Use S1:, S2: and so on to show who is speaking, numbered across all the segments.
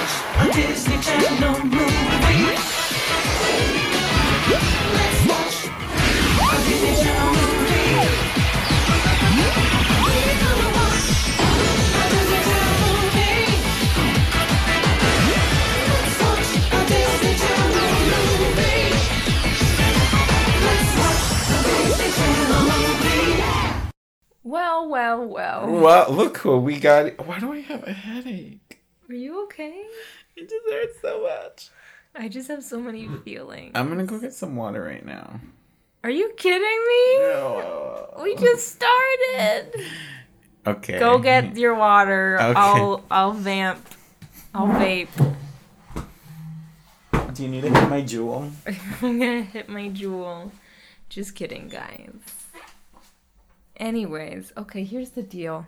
S1: Disney Channel movie. Let's watch a Disney Channel movie. We're gonna watch a Disney Channel movie. Let's watch a Disney Channel movie. Let's watch a Disney Channel movie.
S2: Well, well, well.
S3: Well, look who we got. Why do I have a headache?
S2: Are you okay?
S3: It just hurts so much.
S2: I just have so many feelings.
S3: Mm. I'm gonna go get some water right now.
S2: Are you kidding me? We just started.
S3: Okay.
S2: Go get your water.
S3: Okay.
S2: I'll I'll vamp. I'll vape.
S3: Do you need to hit my jewel?
S2: I'm gonna hit my jewel. Just kidding, guys. Anyways, okay, here's the deal.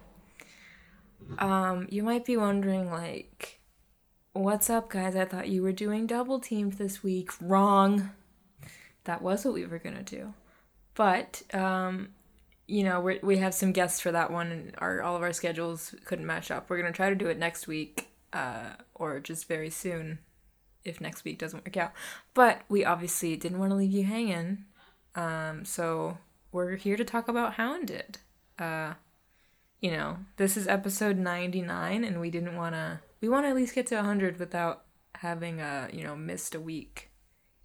S2: Um, you might be wondering, like, what's up, guys? I thought you were doing double teamed this week. Wrong. That was what we were gonna do, but um, you know, we we have some guests for that one, and our all of our schedules couldn't match up. We're gonna try to do it next week, uh, or just very soon if next week doesn't work out. But we obviously didn't want to leave you hanging. Um, so we're here to talk about Hounded. Uh, you know, this is episode 99 and we didn't want to we want to at least get to 100 without having uh, you know, missed a week,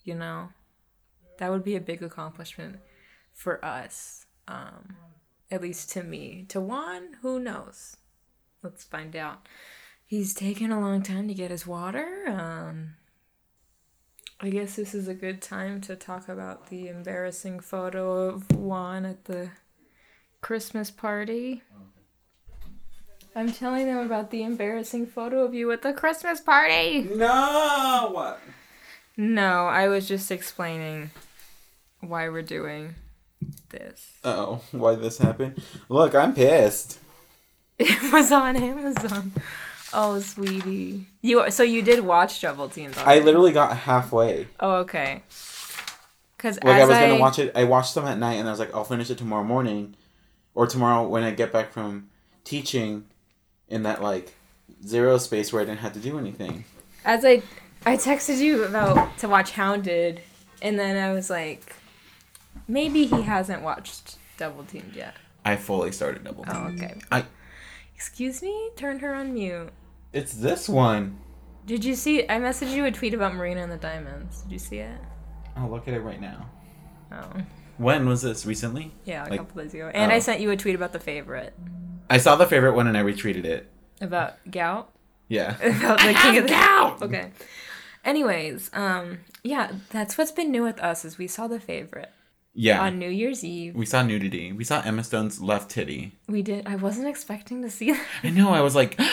S2: you know. That would be a big accomplishment for us. Um, at least to me. To Juan, who knows? Let's find out. He's taken a long time to get his water. Um, I guess this is a good time to talk about the embarrassing photo of Juan at the Christmas party. I'm telling them about the embarrassing photo of you at the Christmas party.
S3: No.
S2: No, I was just explaining why we're doing this.
S3: Oh, why this happened? Look, I'm pissed.
S2: It was on Amazon. Oh, sweetie. You so you did watch Double Teams.
S3: I
S2: already.
S3: literally got halfway.
S2: Oh, okay. Because
S3: Like I
S2: as
S3: was gonna watch it. I watched them at night, and I was like, I'll finish it tomorrow morning, or tomorrow when I get back from teaching, in that like zero space where I didn't have to do anything.
S2: as I, I texted you about to watch Hounded, and then I was like, maybe he hasn't watched Double Teamed yet.
S3: I fully started double. team.
S2: Oh, okay.
S3: I.
S2: Excuse me. Turn her on mute.
S3: It's this one.
S2: Did you see? I messaged you a tweet about Marina and the Diamonds. Did you see it?
S3: I'll look at it right now.
S2: Oh,
S3: When was this? Recently?
S2: yeah, a
S3: Like-
S2: couple days ago. And
S3: oh.
S2: I sent you a tweet about the favorite,
S3: I saw the favorite one and I retweeted it.
S2: about gout,
S3: Yeah.
S2: about the king of the
S3: Out!
S2: Okay. Anyways, um, yeah, that's what's been new with us is we saw the favorite
S3: Yeah.
S2: on New Year's Eve.
S3: we saw nudity. We saw Emma Stone's left titty.
S2: We did. I wasn't expecting to see that.
S3: I know. I was like,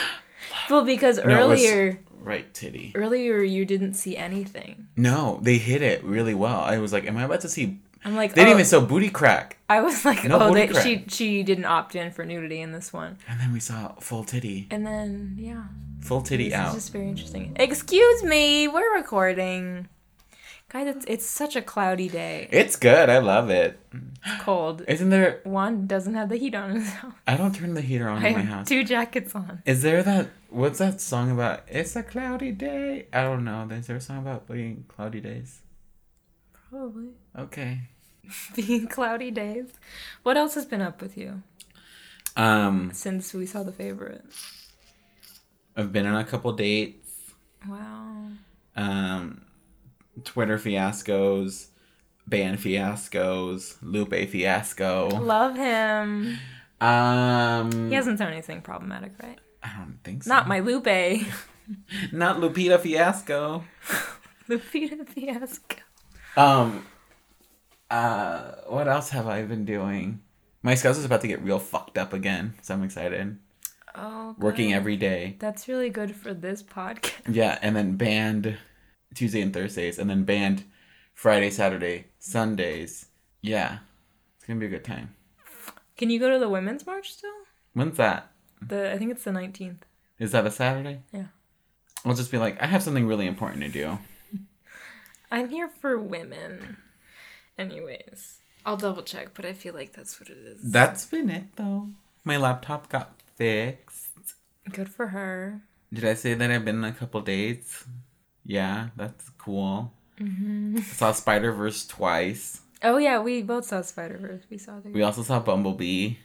S2: Well, because
S3: it was-
S2: earlier,
S3: right titty.
S2: earlier you didn't see anything.
S3: No, they hit it really well. I was like, am I about to see?
S2: I'm like,
S3: They didn't
S2: oh.
S3: even show booty crack.
S2: I was like,
S3: No
S2: oh,
S3: booty
S2: they,
S3: crack.
S2: she she didn't opt in for nudity in this one.
S3: And then we saw full titty,
S2: And then yeah,
S3: full titty
S2: this
S3: out.
S2: is just very interesting. Excuse me, we're recording. Guys, it's, it's such a cloudy day.
S3: It's good. I love it.
S2: It's cold.
S3: Isn't there?
S2: One doesn't have the heat on his house.
S3: I don't turn the heater on
S2: I
S3: in my
S2: have
S3: house.
S2: two jackets on.
S3: Is there that? What's that song about? It's a cloudy day. I don't know. Is there a song about being cloudy days?
S2: Probably.
S3: Okay.
S2: Being cloudy days. What else has been up with you
S3: Um,
S2: since we saw the favorite?
S3: I've been on a couple dates.
S2: Wow.
S3: um, Twitter fiascos, band fiascos, Lupe fiasco.
S2: Love him.
S3: Um,
S2: He hasn't done anything problematic, right?
S3: I don't think so.
S2: Not my Lupe.
S3: Not Lupita fiasco.
S2: Lupita Fiasco.
S3: Um, uh, what else have I been doing? My schedule is about to get real fucked up again, so I'm excited.
S2: Oh,
S3: Working
S2: good.
S3: every day.
S2: That's really good for this podcast.
S3: Yeah, and then band Tuesday and Thursdays, and then band Friday, Saturday, Sundays. Yeah, it's gonna be a good time.
S2: Can you go to the women's march still?
S3: When's that?
S2: The I think it's the nineteenth.
S3: Is that a Saturday?
S2: Yeah.
S3: I'll just be like, I have something really important to do.
S2: I'm here for women. Anyways, I'll double check, but I feel like that's what it is.
S3: That's been it though. My laptop got fixed.
S2: Good for her.
S3: Did I say that I've been on a couple dates? Yeah, that's cool. I saw Spider Verse twice.
S2: Oh yeah, we both saw Spider Verse. We saw the.
S3: We also saw Bumblebee.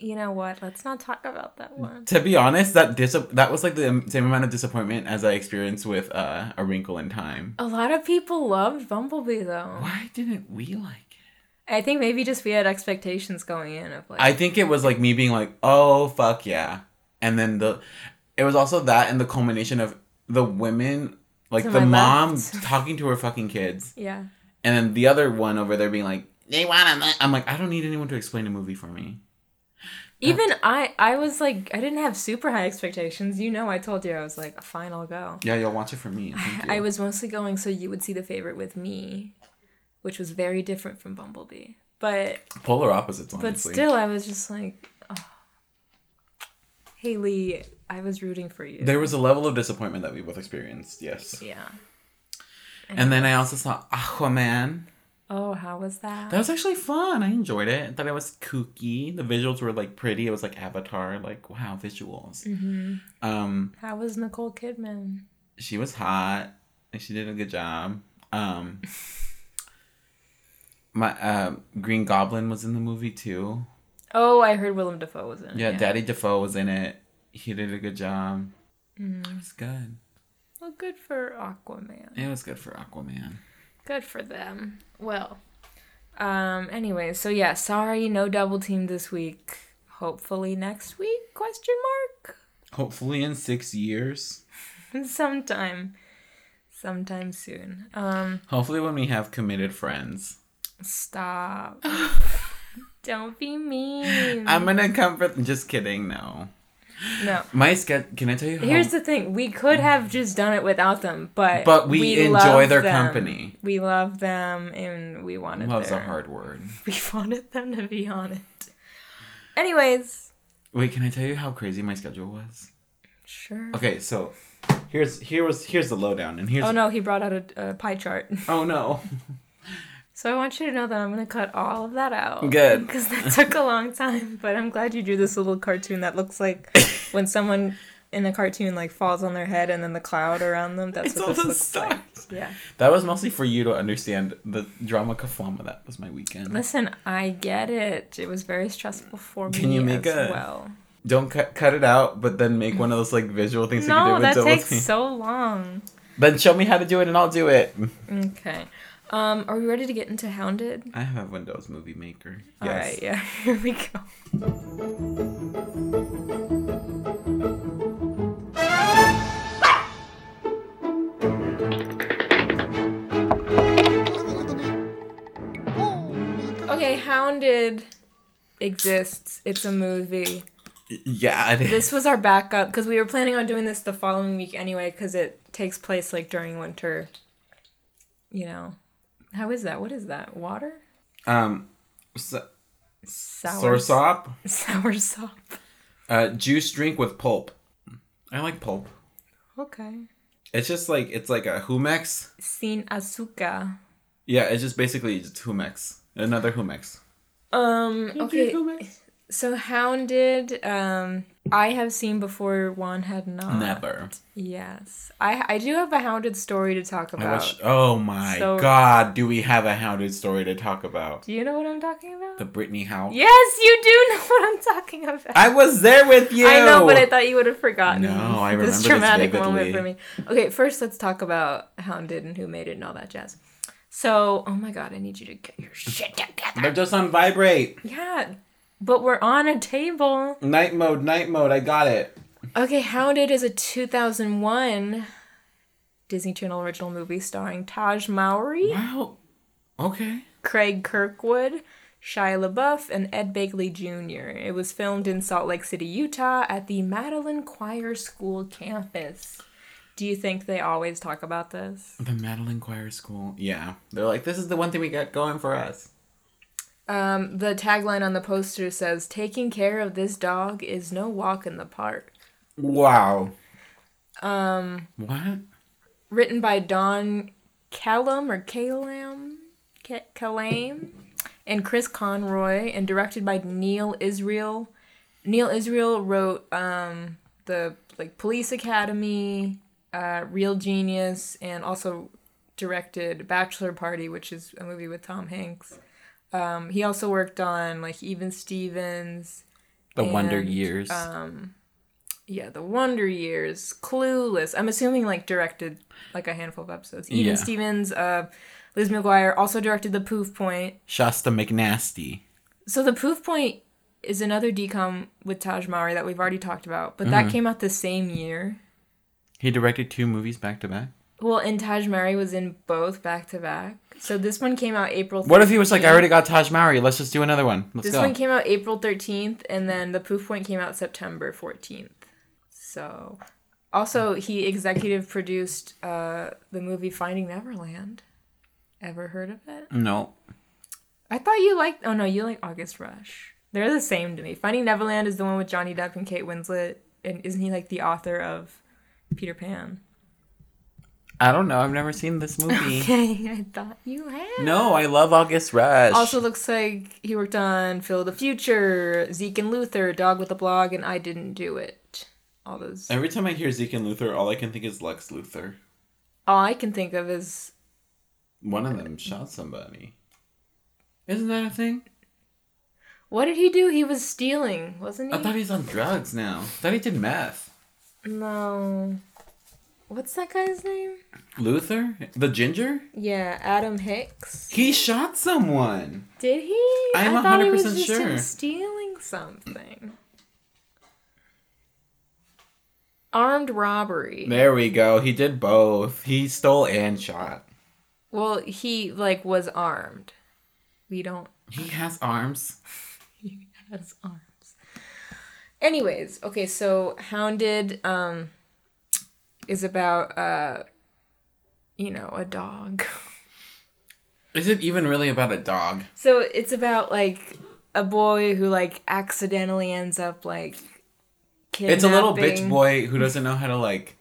S2: You know what? Let's not talk about that one.
S3: To be honest, that dis- that was like the same amount of disappointment as I experienced with uh, A Wrinkle in Time.
S2: A lot of people loved Bumblebee though.
S3: Why didn't we like it?
S2: I think maybe just we had expectations going in of like.
S3: I think it was like me being like, "Oh fuck yeah," and then the, it was also that and the culmination of the women, like
S2: To
S3: the
S2: my
S3: mom
S2: left.
S3: talking to her fucking kids,
S2: yeah.
S3: and then the other one over there being like, "They want to." I'm like, I don't need anyone to explain a movie for me.
S2: Even I, I was like, I didn't have super high expectations. You know, I told you I was like, fine, I'll go.
S3: Yeah, you'll watch it for me. Thank you.
S2: I was mostly going so you would see the favorite with me, which was very different from Bumblebee. But
S3: polar opposites,
S2: but
S3: honestly.
S2: still, I was just like, oh. Haley, I was rooting for you.
S3: There was a level of disappointment that we both experienced, yes.
S2: yeah.
S3: And then I also saw Aquaman.
S2: Oh, how was that?
S3: That was actually fun. I enjoyed it. I thought it was kooky. The visuals were like pretty. It was like Avatar, like wow visuals.
S2: Mm-hmm.
S3: Um,
S2: how was Nicole Kidman?
S3: she was hot. And she did a good job. Um, my uh, Green Goblin was in the movie too.
S2: Oh, I heard Willem Dafoe was in it.
S3: Yeah, Daddy Defoe was in it. He did a good job.
S2: Mm-hmm.
S3: It was good.
S2: Well, good for Aquaman.
S3: It was good for Aquaman.
S2: Good for them. Well, um, anyway, so yeah, sorry, no double team this week. Hopefully next week? Question mark.
S3: Hopefully in six years.
S2: Sometime, sometime soon. Um,
S3: Hopefully, when we have committed friends,
S2: stop. Don't be mean.
S3: I'm gonna come for. Just kidding, no.
S2: no.
S3: My sketch. Can I tell you? How,
S2: Here's the thing: we could have just done it without them, but
S3: But we enjoy
S2: love
S3: their company.
S2: We love them, and we wanted
S3: love's
S2: their,
S3: a hard word.
S2: We wanted them to be on it. Anyways,
S3: Wait, can I tell you how crazy my schedule was?
S2: sure.
S3: Okay, so here's here was here's the lowdown, and here's
S2: Oh no, he brought out a, a pie chart.
S3: oh no.
S2: So I want you to know that I'm gonna cut all of that out.
S3: Good.
S2: Because that took a long time, but I'm glad you drew this little cartoon that looks like when someone in a cartoon like falls on their head and then the cloud around them. That's
S3: It's
S2: what
S3: all
S2: this
S3: the
S2: looks like.
S3: stars.
S2: Yeah.
S3: That was mostly for you to understand the drama kaflama. That was my weekend.
S2: Listen, I get it. It was very stressful for
S3: Can
S2: me
S3: you make
S2: as
S3: a-
S2: well.
S3: Don't cut cut it out, but then make one of those like visual things that you
S2: No,
S3: did with
S2: that
S3: Double
S2: takes
S3: Team.
S2: so long.
S3: Then show me how to do it, and I'll do it.
S2: Okay. Um, are we ready to get into Hounded?
S3: I have Windows Movie Maker.
S2: All right, yeah, here we go. Okay, Hounded exists. It's a movie.
S3: Yeah, it is.
S2: This was our backup because we were planning on doing this the following week anyway because it takes place like during winter. You know, how is that? What is that? Water?
S3: Um, so,
S2: Sour.
S3: soursop,
S2: Sour sop.
S3: uh, juice drink with pulp. I like pulp.
S2: Okay.
S3: It's just like it's like a humex.
S2: Sin azúcar.
S3: Yeah, it's just basically just humex. Another humex.
S2: Um. Okay. So hounded. Um. I have seen before. Juan had not.
S3: Never.
S2: Yes. I I do have a hounded story to talk
S3: I
S2: about.
S3: wish, oh my
S2: So-
S3: god, do we have a hounded story to talk about?
S2: Do you know what I'm talking about?
S3: The Brittany Hound.
S2: Yes, you do know what I'm talking about.
S3: I was there with you.
S2: I know, but I thought you would have forgotten.
S3: No, I remember this
S2: traumatic moment for
S3: vividly.
S2: me. Okay, first let's talk about Hounded and who made it and all that jazz. So, oh my god, I need you to get your shit together.
S3: They're just on vibrate.
S2: Yeah, but we're on a table.
S3: Night mode, night mode. I got it.
S2: Okay, Hounded is a 2001 Disney Channel original movie starring Taj Mowry,
S3: Wow. Okay.
S2: Craig Kirkwood, Shia LaBeouf, and Ed Begley Jr. It was filmed in Salt Lake City, Utah at the Madeline Choir School campus. Do you think they always talk about this?
S3: The Madeline Choir School. Yeah. They're like, this is the one thing we got going for us.
S2: Um, the tagline on the poster says, Taking care of this dog is no walk in the park.
S3: Wow. Um. What?
S2: written by Don Callum or Calum, Ca- Calame, and Chris Conroy, and directed by Neil Israel. Neil Israel wrote um, the like Police Academy, uh, Real Genius, and also directed Bachelor Party, which is a movie with Tom Hanks. Um, he also worked on like Even Stevens.
S3: The Wonder
S2: and,
S3: Years.
S2: Yeah, The Wonder Years, Clueless. I'm assuming like directed like a handful of episodes. Even
S3: Yeah.
S2: Stevens, uh, Liz McGuire also directed The Poof Point.
S3: Shasta McNasty.
S2: So the proof point is another decom with Taj Mahari that we've already talked about, but
S3: Mm-hmm.
S2: that came out the same year.
S3: He directed two movies back to back.
S2: Well, and Taj Mahari was in both back to back. So this one came out April.
S3: What if he was like, I
S2: 13th.
S3: already got Taj Mahari. Let's just do another one. Let's
S2: This
S3: go.
S2: one came out April thirteenth, and then the proof point came out September fourteenth. So, also he executive produced uh, the movie Finding Neverland. Ever heard of it?
S3: no.
S2: I thought you liked. Oh no, you like August Rush. They're the same to me. Finding Neverland is the one with Johnny Depp and Kate Winslet, and isn't he like the author of Peter Pan?
S3: I don't know. I've never seen this movie.
S2: Okay, I thought you had.
S3: No, I love August Rush.
S2: Also looks like he worked on Phil the Future, Zeke and Luther, Dog with a Blog, and I Didn't Do It. All those.
S3: every time I hear Zeke and Luther, all I can think is Lex Luthor.
S2: All I can think of is
S3: One of them shot somebody. Isn't that a thing?
S2: what did he do? He was stealing, wasn't
S3: I
S2: he?
S3: thought he's on drugs now. I thought he did meth.
S2: no. What's that guy's name?
S3: Luther? The ginger?
S2: Yeah, Adam Hicks.
S3: He shot someone.
S2: Did he?
S3: I'm
S2: I thought he was
S3: 100%
S2: just him
S3: sure.
S2: stealing something. Armed robbery.
S3: There we go. He did both. He stole and shot.
S2: Well, he like was armed. We don't
S3: He has arms.
S2: has arms. Anyways, okay, so Hounded um is about uh you know, a dog.
S3: Is it even really about a dog?
S2: So it's about like a boy who like accidentally ends up like kidnapping.
S3: It's a little bitch boy who doesn't know how to like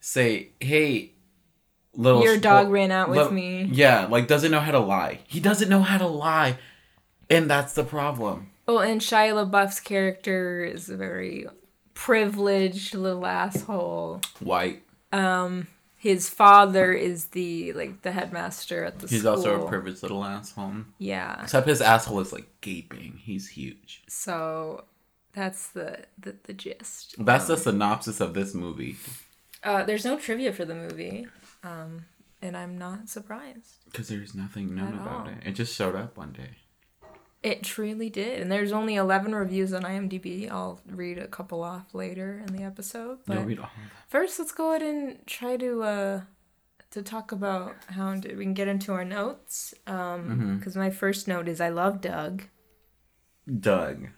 S3: say, "Hey, little
S2: Your
S3: sh-
S2: dog ran out with
S3: little-"
S2: me.
S3: Yeah, like doesn't know how to lie. He doesn't know how to lie, and that's the problem.
S2: Oh, and Shia LaBeouf's character is a very privileged little asshole.
S3: White.
S2: His father is the like the headmaster at the
S3: He's
S2: school.
S3: also a privileged little asshole.
S2: yeah.
S3: Except his asshole is like gaping. He's huge.
S2: So that's the the, the gist.
S3: That's the synopsis of this movie.
S2: Uh, there's no trivia for the movie, um, and I'm not surprised.
S3: Because there's nothing known
S2: At
S3: about
S2: all.
S3: it. It just showed up one day.
S2: It truly did, and there's only 11 reviews on IMDb. I'll read a couple off later in the episode. But
S3: You'll read all of that.
S2: First, let's go ahead and try to uh, to talk about Hounded. We can get into our notes because my first note is I love Doug.
S3: Doug,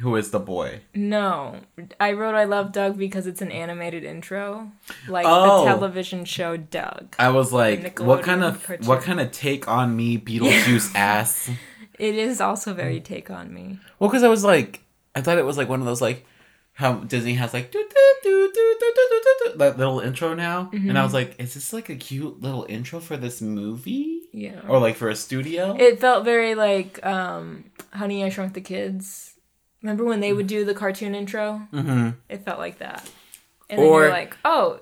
S3: who is the boy.
S2: No, I wrote I love Doug because it's an animated intro, like
S3: Oh.
S2: the television show Doug.
S3: I was like, what
S2: Nickelodeon
S3: kind of
S2: cartoon.
S3: what kind of take on me Beetlejuice ass?
S2: It is also
S3: Mm.
S2: very take on me.
S3: Well, because I was like, I thought it was like one of those like how Disney has like do do do do do do do do that little intro now,
S2: Mm-hmm.
S3: and I was like, is this like a cute little intro for this movie?
S2: Yeah.
S3: Or like for a studio?
S2: It felt very like um, Honey I Shrunk the Kids. Remember when they would do the cartoon intro?
S3: mm-hmm.
S2: It felt like that. And then
S3: Or-
S2: you're like, oh,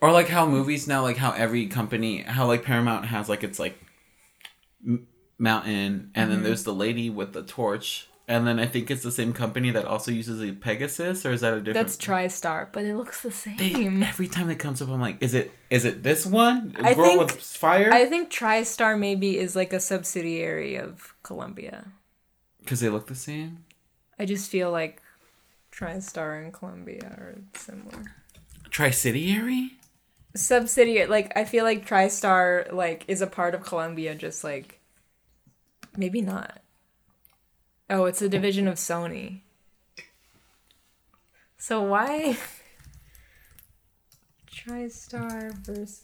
S3: Or like how movies now, like how every company, how like Paramount has like its like m- mountain, and
S2: Mm-hmm.
S3: then there's the lady with the torch, and then I think it's the same company that also uses a Pegasus, or is that a different?
S2: that's TriStar, but it looks the
S3: They,
S2: same.
S3: every time it comes up, I'm like, is it is it this one?
S2: I
S3: Girl
S2: think-
S3: with fire?
S2: I think TriStar maybe is like a subsidiary of Columbia.
S3: Because they look the same.
S2: I just feel like TriStar and Columbia are similar.
S3: Tricidiary.
S2: Subsidiary, like I feel like TriStar like is a part of Columbia, just like maybe not. Oh, it's a division of Sony. So why TriStar versus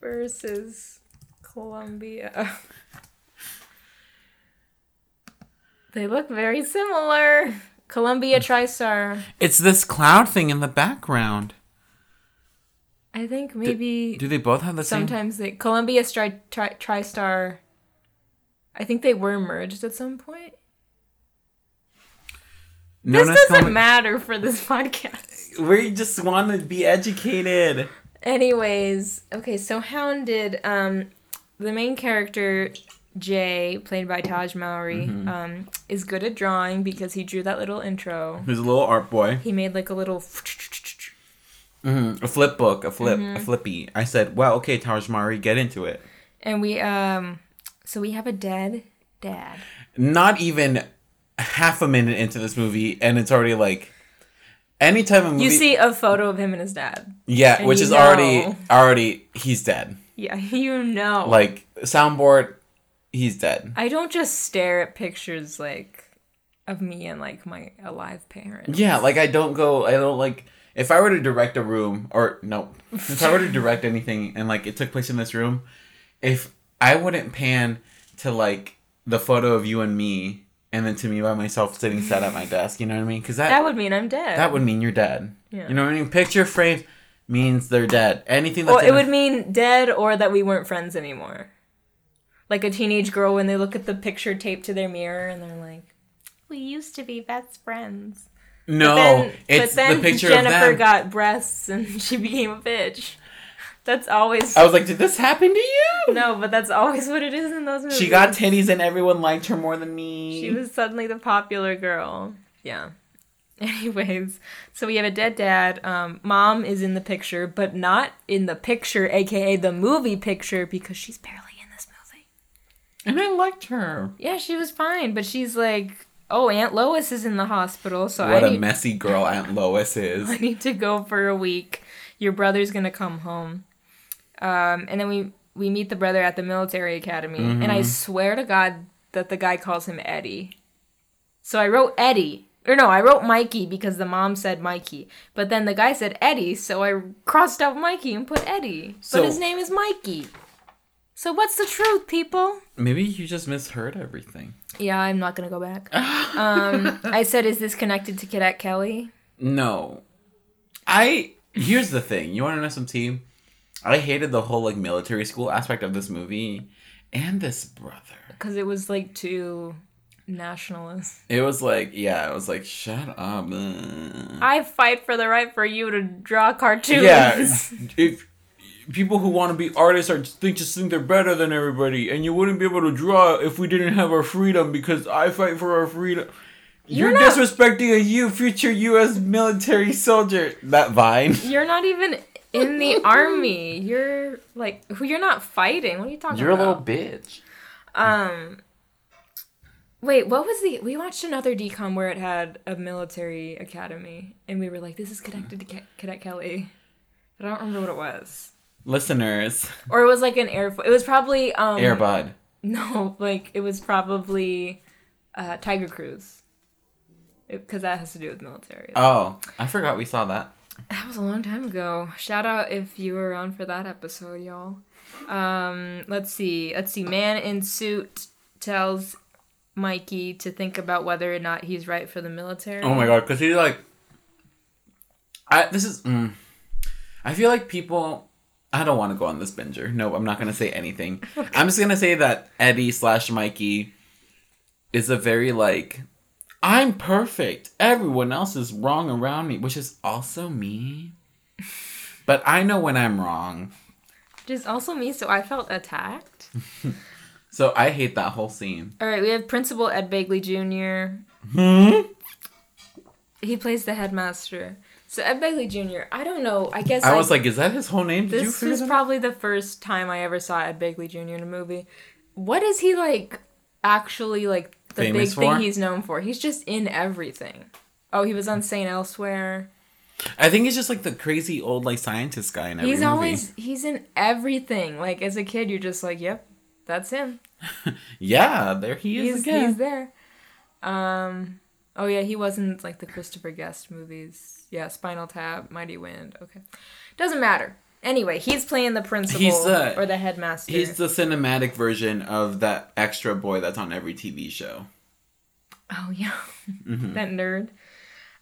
S2: versus Columbia? they look very similar. Columbia TriStar.
S3: It's this cloud thing in the background.
S2: I think
S3: Do-
S2: maybe
S3: do, they both have the same?
S2: sometimes they Columbia Stri- Tri- TriStar. I think they were merged at some point.
S3: No,
S2: this doesn't
S3: Colum-
S2: matter for this podcast.
S3: we just want to be educated.
S2: Anyways, okay, so Hounded, um, the main character, Jay, played by Taj Mowry, um, is good at drawing because he drew that little intro.
S3: Who's a little art boy?
S2: He made like a little.
S3: Mm, a flip book, a flip,
S2: Mm-hmm.
S3: a flippy. I said, "Well, okay, Taj Mari, get into it."
S2: And we, um, so we have a dead dad.
S3: Not even half a minute into this movie, and it's already like, anytime a movie,
S2: You see a photo of him and his dad.
S3: yeah,
S2: and
S3: which
S2: you
S3: is already
S2: know.
S3: already he's dead.
S2: Yeah, you know.
S3: Like soundboard, he's dead.
S2: I don't just stare at pictures like of me and like my alive parents.
S3: Yeah, like I don't go. I don't like. If I were to direct a room, or no, if I were to direct anything, and like it took place in this room, if I wouldn't pan to like the photo of you and me, and then to me by myself sitting sad at my desk, you know what I mean? Because that
S2: That would mean I'm dead.
S3: that would mean you're dead.
S2: Yeah.
S3: You know what I mean? Picture frames means they're dead. Anything that's
S2: Well,
S3: in
S2: it
S3: a-
S2: would mean dead or that we weren't friends anymore. Like a teenage girl when they look at the picture taped to their mirror and they're like, "We used to be best friends."
S3: no,
S2: then,
S3: it's
S2: but then
S3: the picture
S2: Jennifer
S3: of them.
S2: got breasts and she became a bitch. That's always
S3: I was like, did this happen to you?
S2: no, but that's always what it is in those movies.
S3: She got titties and everyone liked her more than me.
S2: She was suddenly the popular girl. Yeah. Anyways, so we have a dead dad. Um, mom is in the picture, but not in the picture, aka the movie picture, because she's barely in this movie.
S3: and I liked her.
S2: Yeah, she was fine, but she's like, oh, Aunt Lois is in the hospital, so
S3: What
S2: I,
S3: a
S2: need,
S3: messy girl Aunt Lois
S2: I
S3: is.
S2: need to go for a week. Your brother's gonna come home. Um, and then we we meet the brother at the military academy, and I swear to God that the guy calls him Eddie. So I wrote Eddie. Or no, I wrote Mikey because the mom said Mikey. But then the guy said Eddie, so I crossed out Mikey and put Eddie.
S3: So-
S2: but his name is Mikey. So what's the truth, people?
S3: Maybe you just misheard everything.
S2: Yeah, I'm not gonna go back. um, I said, is this connected to Cadet Kelly?
S3: No. I here's the thing. You wanna know some tea? I hated the whole like military school aspect of this movie and this brother.
S2: Because it was like too nationalist.
S3: It was like, yeah, it was like, shut up. ugh.
S2: I fight for the right for you to draw cartoons.
S3: Yeah. if people who want to be artists are think just think they're better than everybody, and you wouldn't be able to draw if we didn't have our freedom because I fight for our freedom. You're,
S2: You're not-
S3: disrespecting a you future U.S. military soldier. That vine.
S2: You're not even in the army. You're like who you're not fighting. What are you talking about?
S3: bitch.
S2: um Wait, what was the we watched another decom where it had a military academy and we were like this is connected to Ca- Cadet Kelly. But I don't remember what it was.
S3: Listeners,
S2: Or it was like an air fo- it was probably um
S3: Air Bud.
S2: No, like it was probably uh, Tiger Cruise. Because that has to do with military.
S3: Oh, I forgot we saw that.
S2: That was a long time ago. Shout out if you were around for that episode, y'all. Um, let's see. Let's see. Man in suit tells Mikey to think about whether or not he's right for the military.
S3: Oh my god, because he's like, I this is. Mm, I feel like people. I don't want to go on this binger. No, I'm not gonna say anything. I'm just gonna say that Eddie slash Mikey is a very like, I'm perfect. Everyone else is wrong around me, which is also me. But I know when I'm wrong,
S2: Which is also me, so I felt attacked.
S3: so I hate that whole scene.
S2: All right, we have Principal Ed Bagley Jr. Hmm? He plays the headmaster. So Ed Begley Jr. I don't know. I guess
S3: I was like, is that his whole name? Did you
S2: this
S3: figure
S2: is
S3: that out?
S2: probably the first time I ever saw Ed Begley Jr. in a movie. What is he like? Actually, like the
S3: Famous
S2: big thing
S3: for?
S2: he's known for. He's just in everything. Oh, he was on Saint Elsewhere.
S3: I think he's just like the crazy old like scientist guy in every
S2: He's
S3: movie.
S2: always he's in everything. Like as a kid, you're just like, yep, that's him.
S3: Yeah, there he is
S2: He's
S3: again.
S2: he's there. Um. Oh yeah, he was in like the Christopher Guest movies. Yeah, Spinal Tap, Mighty Wind. Okay, doesn't matter. Anyway, he's playing the principal
S3: the-
S2: or the headmaster.
S3: He's the cinematic version of that extra boy that's on every TV show.
S2: Oh yeah,
S3: Mm-hmm.
S2: that nerd.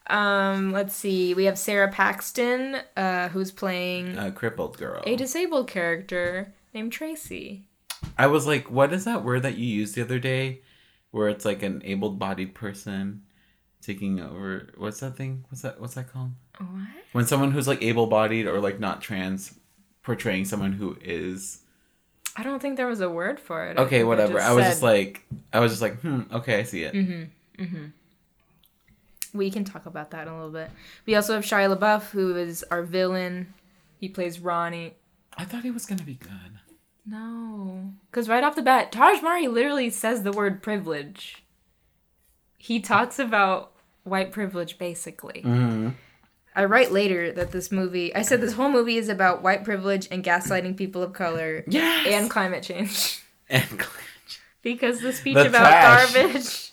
S2: Um, let's see. We have Sarah Paxton, uh, who's playing
S3: A crippled girl.
S2: a disabled character named Tracy.
S3: I was like, what is that word that you used the other day where it's like an able bodied person taking over? What's that thing? What's that? What's that called?
S2: What?
S3: When someone who's like able bodied or like not trans portraying someone who is
S2: I don't think there was a word for it. I think
S3: okay,
S2: I
S3: whatever. I was just
S2: said, Mm-hmm.
S3: like I was just like, hmm, okay, I see it.
S2: we can talk about that in a little bit. We also have Shia LaBeouf, who is our villain. He plays Ronnie.
S3: I thought he was gonna be good.
S2: No, because right off the bat, Taj Mari literally says the word privilege. He talks about white privilege basically.
S3: Mm-hmm.
S2: I write later that this movie, I said this whole movie is about white privilege and gaslighting people of color
S3: Yes.
S2: and climate change
S3: And
S2: because the speech
S3: The
S2: about
S3: trash.
S2: garbage,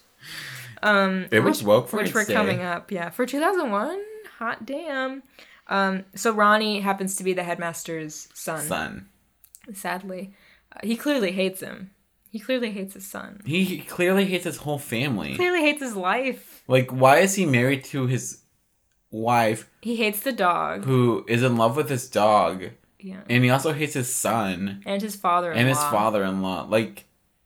S2: um,
S3: it was woke for
S2: which
S3: its
S2: we're
S3: day.
S2: coming up, yeah, for 2001. Hot damn. Um, so Ronnie happens to be the headmaster's
S3: Son.
S2: sadly. Uh, he clearly hates him. He clearly hates his son.
S3: He he clearly hates his whole family.
S2: Clearly hates his life.
S3: Like, why is he married to his wife
S2: He hates the dog.
S3: who is in love with his dog?
S2: Yeah.
S3: And he also hates his son
S2: And his father.
S3: and his father in law. Like,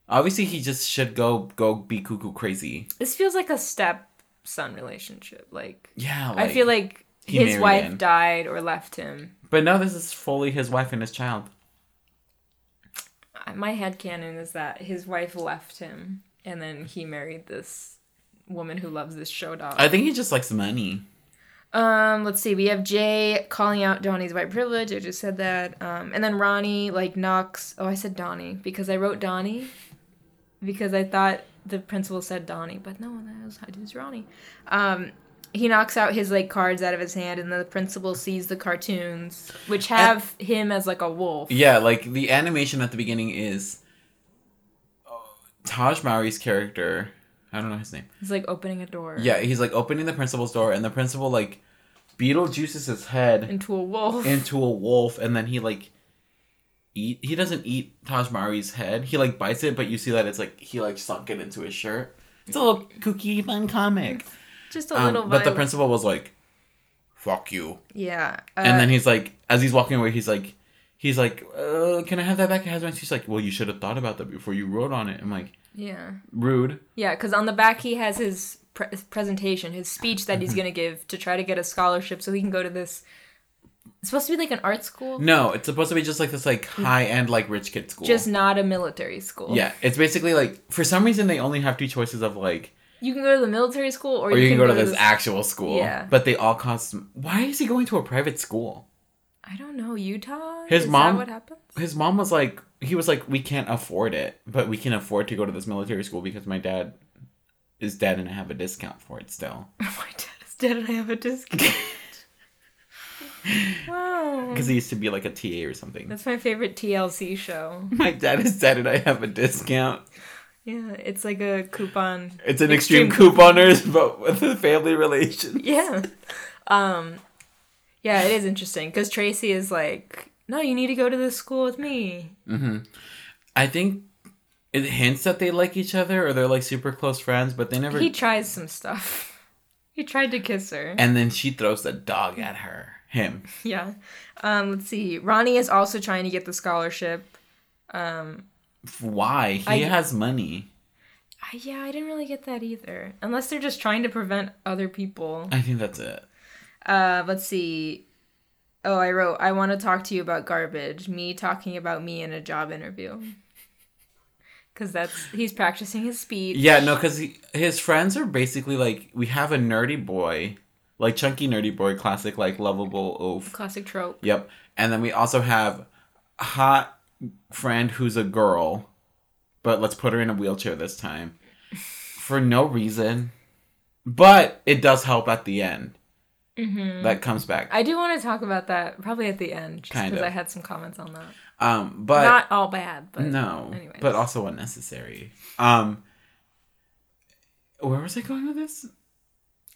S3: obviously, he just should go go be cuckoo crazy.
S2: This feels like a step son relationship. Like,
S3: Yeah,
S2: I feel like
S3: he
S2: his
S3: married
S2: wife
S3: in.
S2: died or left him.
S3: But now this is fully his wife and his child.
S2: I- Uh, My headcanon is that his wife left him and then he married this woman who loves this show dog.
S3: I think he just likes money.
S2: Um, let's see. We have Jay calling out Donnie's white privilege. I just said that. Um, and then Ronnie like knocks. Oh, I said Donnie because I wrote Donnie because I thought the principal said Donnie, but no, that was it was Ronnie. Um, he knocks out his like cards out of his hand, and the principal sees the cartoons, which have him as like a wolf.
S3: Yeah, like the animation at the beginning is uh, Taj Mowry's character. I don't know his name.
S2: He's like opening a door.
S3: Yeah, he's like opening the principal's door, and the principal like Beetlejuices his head
S2: Into a wolf.
S3: into a wolf, and then he like eat. He doesn't eat Taj Mahari's head. He like bites it, but you see that it's like he like sunk it into his shirt. It's a little kooky, fun comic.
S2: Just a
S3: Um,
S2: little.
S3: but the
S2: violent.
S3: principal was like, "Fuck you,"
S2: Yeah. Uh,
S3: and then he's like, as he's walking away, he's like, he's like, uh, "Can I have that back?" It has mine. She's like, "Well, you should have thought about that before you wrote on it." I'm like,
S2: uh, yeah.
S3: rude.
S2: Yeah, because on the back he has his pre- his presentation, his speech that he's
S3: Mm-hmm.
S2: going to give to try to get a scholarship so he can go to this. It's supposed to be like an art school,
S3: No, it's supposed to be just like this like high end like rich kid school.
S2: just not a military school.
S3: Yeah, it's basically like for some reason they only have two choices of like,
S2: You can go to the military school or,
S3: or you can go to this actual school.
S2: Yeah.
S3: But they all cost. Why is he going to a private school?
S2: I don't know, Utah?
S3: His
S2: Is
S3: mom-
S2: That what happens?
S3: His mom was like, he was like, we can't afford it, but we can afford to go to this military school because my dad is dead and I have a discount for it still.
S2: Oh, My dad is dead and I have a discount. wow.
S3: Because he used to be like a TA or something.
S2: That's my favorite TLC show.
S3: my dad is dead and I have a discount.
S2: Yeah, it's like a coupon.
S3: It's an extreme, couponers, but with a family relation.
S2: Yeah. Um yeah, it is interesting cuz Tracy is like, "No, you need to go to this school with me."
S3: I think it hints that they like each other or they're like super close friends, but they never.
S2: He tries some stuff. He tried to kiss her.
S3: and then she throws the dog at her. Him.
S2: Yeah. Um let's see. Ronnie is also trying to get the scholarship. Um
S3: Why? He
S2: I-
S3: has money.
S2: I, yeah, I didn't really get that either. Unless they're just trying to prevent other people.
S3: I think that's it.
S2: Uh let's see. Oh, I wrote, "I want to talk to you about garbage." Me talking about me in a job interview. Cuz that's he's practicing his speech.
S3: Yeah, no, because his friends are basically like we have a nerdy boy, like chunky nerdy boy, classic like lovable oaf.
S2: Classic trope.
S3: Yep. And then we also have a hot friend who's a girl, but let's put her in a wheelchair this time for no reason. But it does help at the end. Mm-hmm. That comes back.
S2: I do want to talk about that probably at the end, just
S3: Kind
S2: because
S3: of.
S2: I had some comments on that.
S3: Um, but
S2: Not all bad, but
S3: no,
S2: anyways.
S3: but also unnecessary. Um, where was I going with this?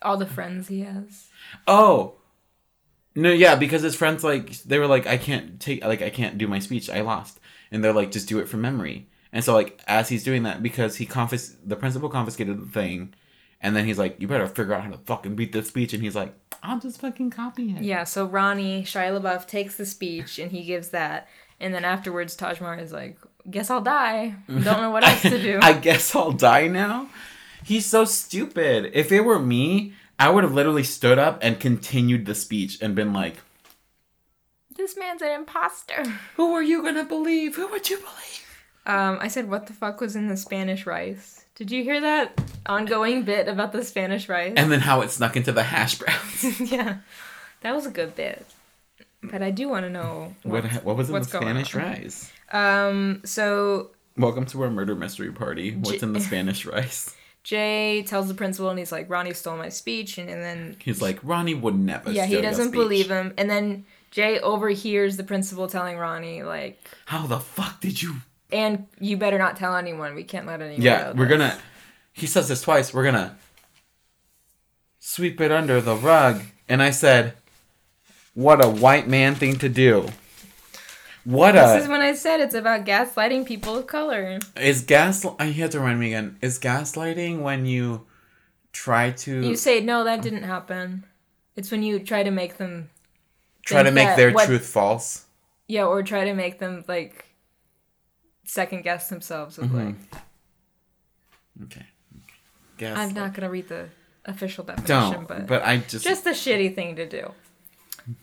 S2: all the friends he has.
S3: Oh. No, yeah, because his friends like they were like, I can't take like I can't do my speech, I lost. And they're like, just do it from memory. And so like as he's doing that, because he confis the principal confiscated the thing, and then he's like, You better figure out how to fucking beat this speech and he's like, I'll just fucking copy it.
S2: Yeah, so Ronnie Shia LaBeouf takes the speech and he gives that, and then afterwards Taj Mahal is like, "Guess I'll die. Don't know what else to do."
S3: I guess I'll die now. He's so stupid. If it were me, I would have literally stood up and continued the speech and been like,
S2: This man's an imposter.
S3: Who are you gonna believe? Who would you believe?
S2: Um, I said, what the fuck was in the Spanish rice? Did you hear that ongoing bit about the Spanish rice?
S3: And then how it snuck into the hash browns.
S2: yeah, that was a good bit. But I do want to know
S3: what, ha- what was in
S2: What's
S3: the
S2: going
S3: Spanish
S2: on?
S3: rice?
S2: Um, so
S3: Welcome to our murder mystery party. What's in the Spanish rice?
S2: Jay tells the principal, and he's like, Ronnie stole my speech, and, and then
S3: He's like, Ronnie would never.
S2: yeah, he
S3: steal your
S2: doesn't
S3: speech.
S2: believe him, and then Jay overhears the principal telling Ronnie like,
S3: How the fuck did you?
S2: and you better not tell anyone. We can't let anyone.
S3: Yeah,
S2: know
S3: we're
S2: this."
S3: gonna. He says this twice. We're gonna sweep it under the rug. And I said, "What a white man thing to do." What a
S2: This is when I said it's about gaslighting people of color.
S3: Is gas? I had to remind me again. Is gaslighting when you try to
S2: You say no, that didn't happen. It's when you try to make them
S3: try to
S2: think
S3: make
S2: that
S3: their
S2: what-
S3: truth false?
S2: Yeah, or try to make them like second guess themselves
S3: Mm-hmm.
S2: with like
S3: Okay. Gas.
S2: I'm not gonna read the official definition,
S3: Don't.
S2: but,
S3: But, I just, um,
S2: just the shitty thing to do.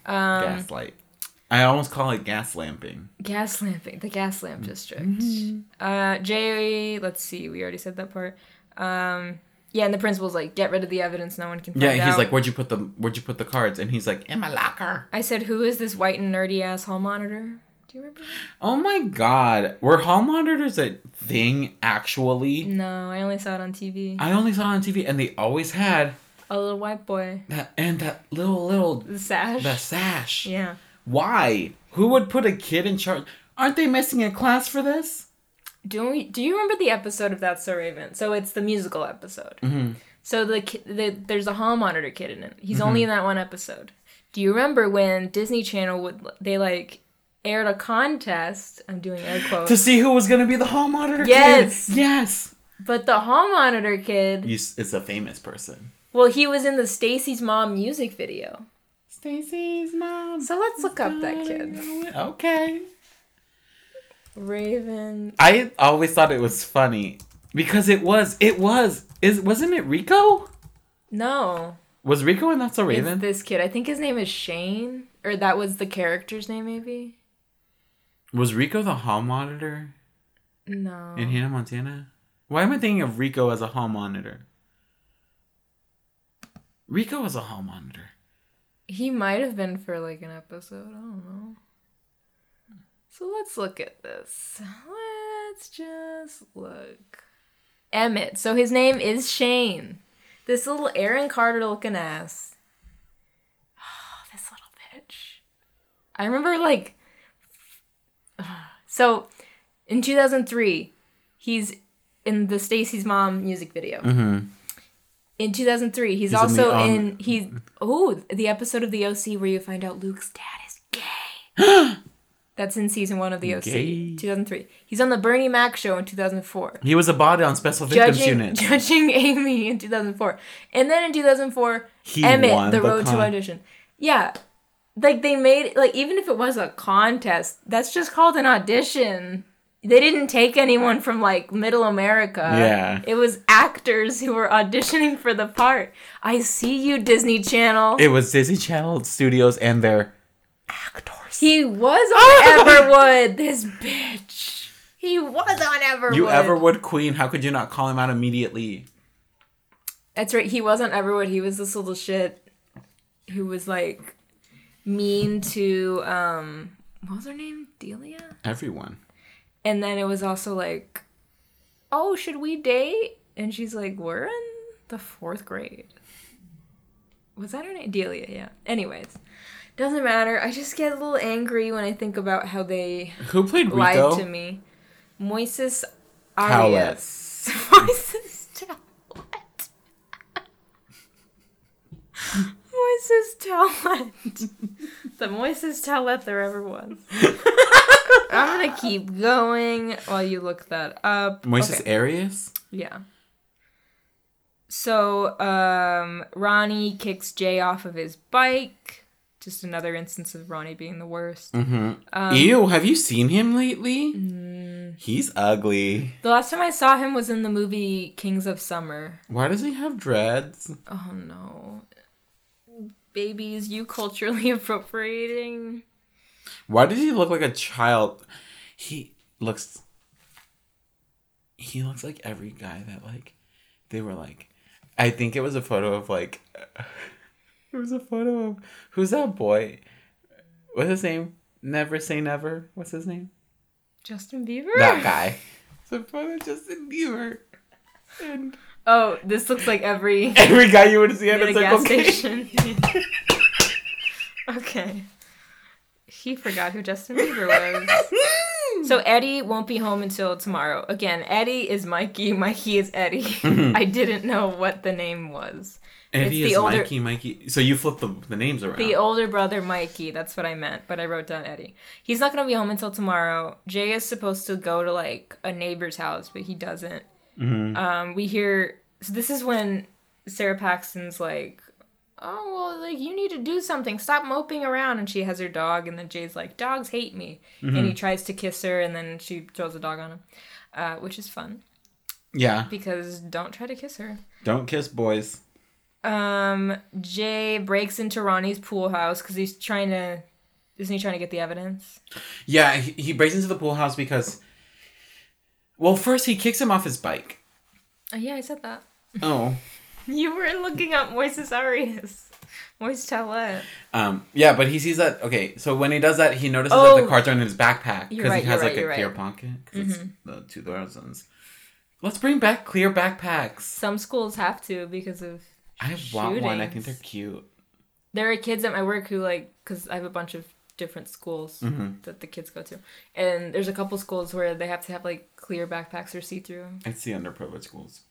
S3: gaslight. I almost call it gas lamping.
S2: Gas lamping, the gas lamp
S3: Mm-hmm.
S2: district. Uh, Jay, let's see, we already said that part. Um, yeah, and the principal's like, get rid of the evidence, no one can. Find
S3: Yeah, he's
S2: out."
S3: like, "Where'd you put the Where'd you put the cards?" And he's like, "In my locker."
S2: I said, who is this white and nerdy ass hall monitor? Do you remember? that?
S3: Oh my god, were hall monitors a thing actually?
S2: No, I only saw it on TV.
S3: I only saw it on TV, and they always had
S2: A little white boy,
S3: that and that little little
S2: the sash.
S3: the sash.
S2: Yeah.
S3: Why? Who would put a kid in charge? Aren't they missing a class for this?
S2: Do we, do you remember the episode of That's So Raven? So it's the musical episode.
S3: Mm-hmm.
S2: So the, ki- the there's a hall monitor kid in it. He's only
S3: Mm-hmm.
S2: in that one episode. Do you remember when Disney Channel would they like aired a contest? I'm doing air quotes.
S3: To see who was going to be the hall monitor. kid.
S2: Yes.
S3: Yes.
S2: but the hall monitor kid,
S3: You, s- it's a famous person.
S2: well, he was in the Stacy's Mom music video.
S3: Stacy's mom.
S2: So let's look up that kid.
S3: Okay.
S2: Raven.
S3: I always thought it was funny because it was. It was. Is wasn't it Rico?
S2: No,
S3: Was Rico in That's a
S2: it's
S3: Raven?
S2: this kid. I think his name is Shane, or that was the character's name, maybe.
S3: was Rico the hall monitor
S2: No.
S3: in Hannah Montana? Why am I thinking of Rico as a hall monitor? Rico was a hall monitor.
S2: He might have been for like an episode. I don't know. So let's look at this. Let's just look. Emmett. So his name is Shane. This little Aaron Carter looking ass. Oh, this little bitch. I remember like. So in 2003, he's in the Stacy's Mom music video. In 2003, he's,
S3: in the-
S2: also
S3: on-
S2: in He's oh the episode of the OC where you find out Luke's dad is gay. That's in season one of the OC,
S3: Gay.
S2: 2003. He's on the Bernie Mac show in 2004.
S3: He was a body on Special Victims
S2: Judging,
S3: Unit.
S2: judging Amy in 2004, and then in 2004,
S3: He won
S2: Emmett, the
S3: the
S2: Road
S3: con-
S2: to Audition. Yeah, like they made like even if it was a contest, that's just called an audition. They didn't take anyone from like Middle America.
S3: Yeah.
S2: it was actors who were auditioning for the part. I see you, Disney Channel.
S3: It was Disney Channel Studios and their actors.
S2: He was on Everwood, this bitch. He was on Everwood.
S3: You Everwood Queen, how could you not call him out immediately?
S2: That's right. He was on Everwood. He was this little shit who was like mean to um what was her name? Delia?
S3: Everyone.
S2: And then it was also like, "Oh, should we date?" And she's like, "We're in the 4th grade." Was that her name? Delia, yeah. Anyways, doesn't matter. I just get a little angry when I think about how they
S3: Who played Rico?
S2: lied to me. Moises Arias.
S3: Towlett.
S2: Moises Towlett. Moises Towlett. the Moises Towlett there ever was. I'm gonna keep going while you look that up.
S3: Moises
S2: Okay,
S3: Arias?
S2: Yeah. So, um, Ronnie kicks Jay off of his bike. Just
S3: Mm-hmm.
S2: Um, another instance of Ronnie being the worst. Mm.
S3: Ew, have you seen him lately? He's ugly.
S2: The last time I saw him was in the movie Kings of Summer.
S3: Why does he have dreads?
S2: Oh no. Babies, you culturally appropriating.
S3: Why does he look like a child? He looks. He looks like every guy that like, they were like, I think it was a photo of like, it was a photo of who's that boy? What's his name? Never say never. What's his name?
S2: Justin Bieber?
S3: That guy. It's a photo of Justin Bieber. And
S2: Oh, this looks like every
S3: every guy you would see at
S2: at
S3: a
S2: a gas
S3: circle K.
S2: station. okay. He forgot who Justin Bieber was. So Eddie won't be home until tomorrow. Again, Eddie is Mikey. Mikey is Eddie.
S3: Mm-hmm.
S2: I didn't know what the name was.
S3: Eddie
S2: It's
S3: is
S2: the older-
S3: Mikey, Mikey. So you flip the, the names around.
S2: The older brother, Mikey. That's what I meant, but I wrote down Eddie. He's not gonna be home until tomorrow. Jay is supposed to go to like a neighbor's house, but he doesn't. Um, we hear so this is when Sarah Paxton's like, "Oh well, like you need to do something. Stop moping around." And she has her dog, and then Jay's like, "Dogs hate me," and he tries to kiss her, and then she throws the dog on him, uh, which is fun
S3: yeah.
S2: because don't try to kiss her.
S3: Don't kiss boys.
S2: Um, Jay breaks into Ronnie's pool house because he's trying to. Isn't he trying to get the evidence?
S3: Yeah, he, he breaks into the pool house because. Well, first he kicks him off his bike.
S2: Oh, yeah, I said that.
S3: Oh.
S2: You were looking up Moises Arias. Moise Telet.
S3: Um. Yeah, but he sees that. Okay, so when he does that, he notices that
S2: Oh.
S3: the cards are in his backpack
S2: You're
S3: because
S2: right,
S3: he has
S2: you're
S3: like
S2: right,
S3: a clear
S2: you're right. Mm-hmm.
S3: pocket. 'cause it's the two thousands. Let's bring back clear backpacks.
S2: Some schools have to because of.
S3: I want one. I think
S2: Shootings.
S3: they're cute.
S2: There are kids at my work who, like, because I have a bunch of different schools
S3: Mm-hmm.
S2: that the kids go to. And there's a couple schools where they have to have, like, clear backpacks or see through.
S3: It's the underprivileged schools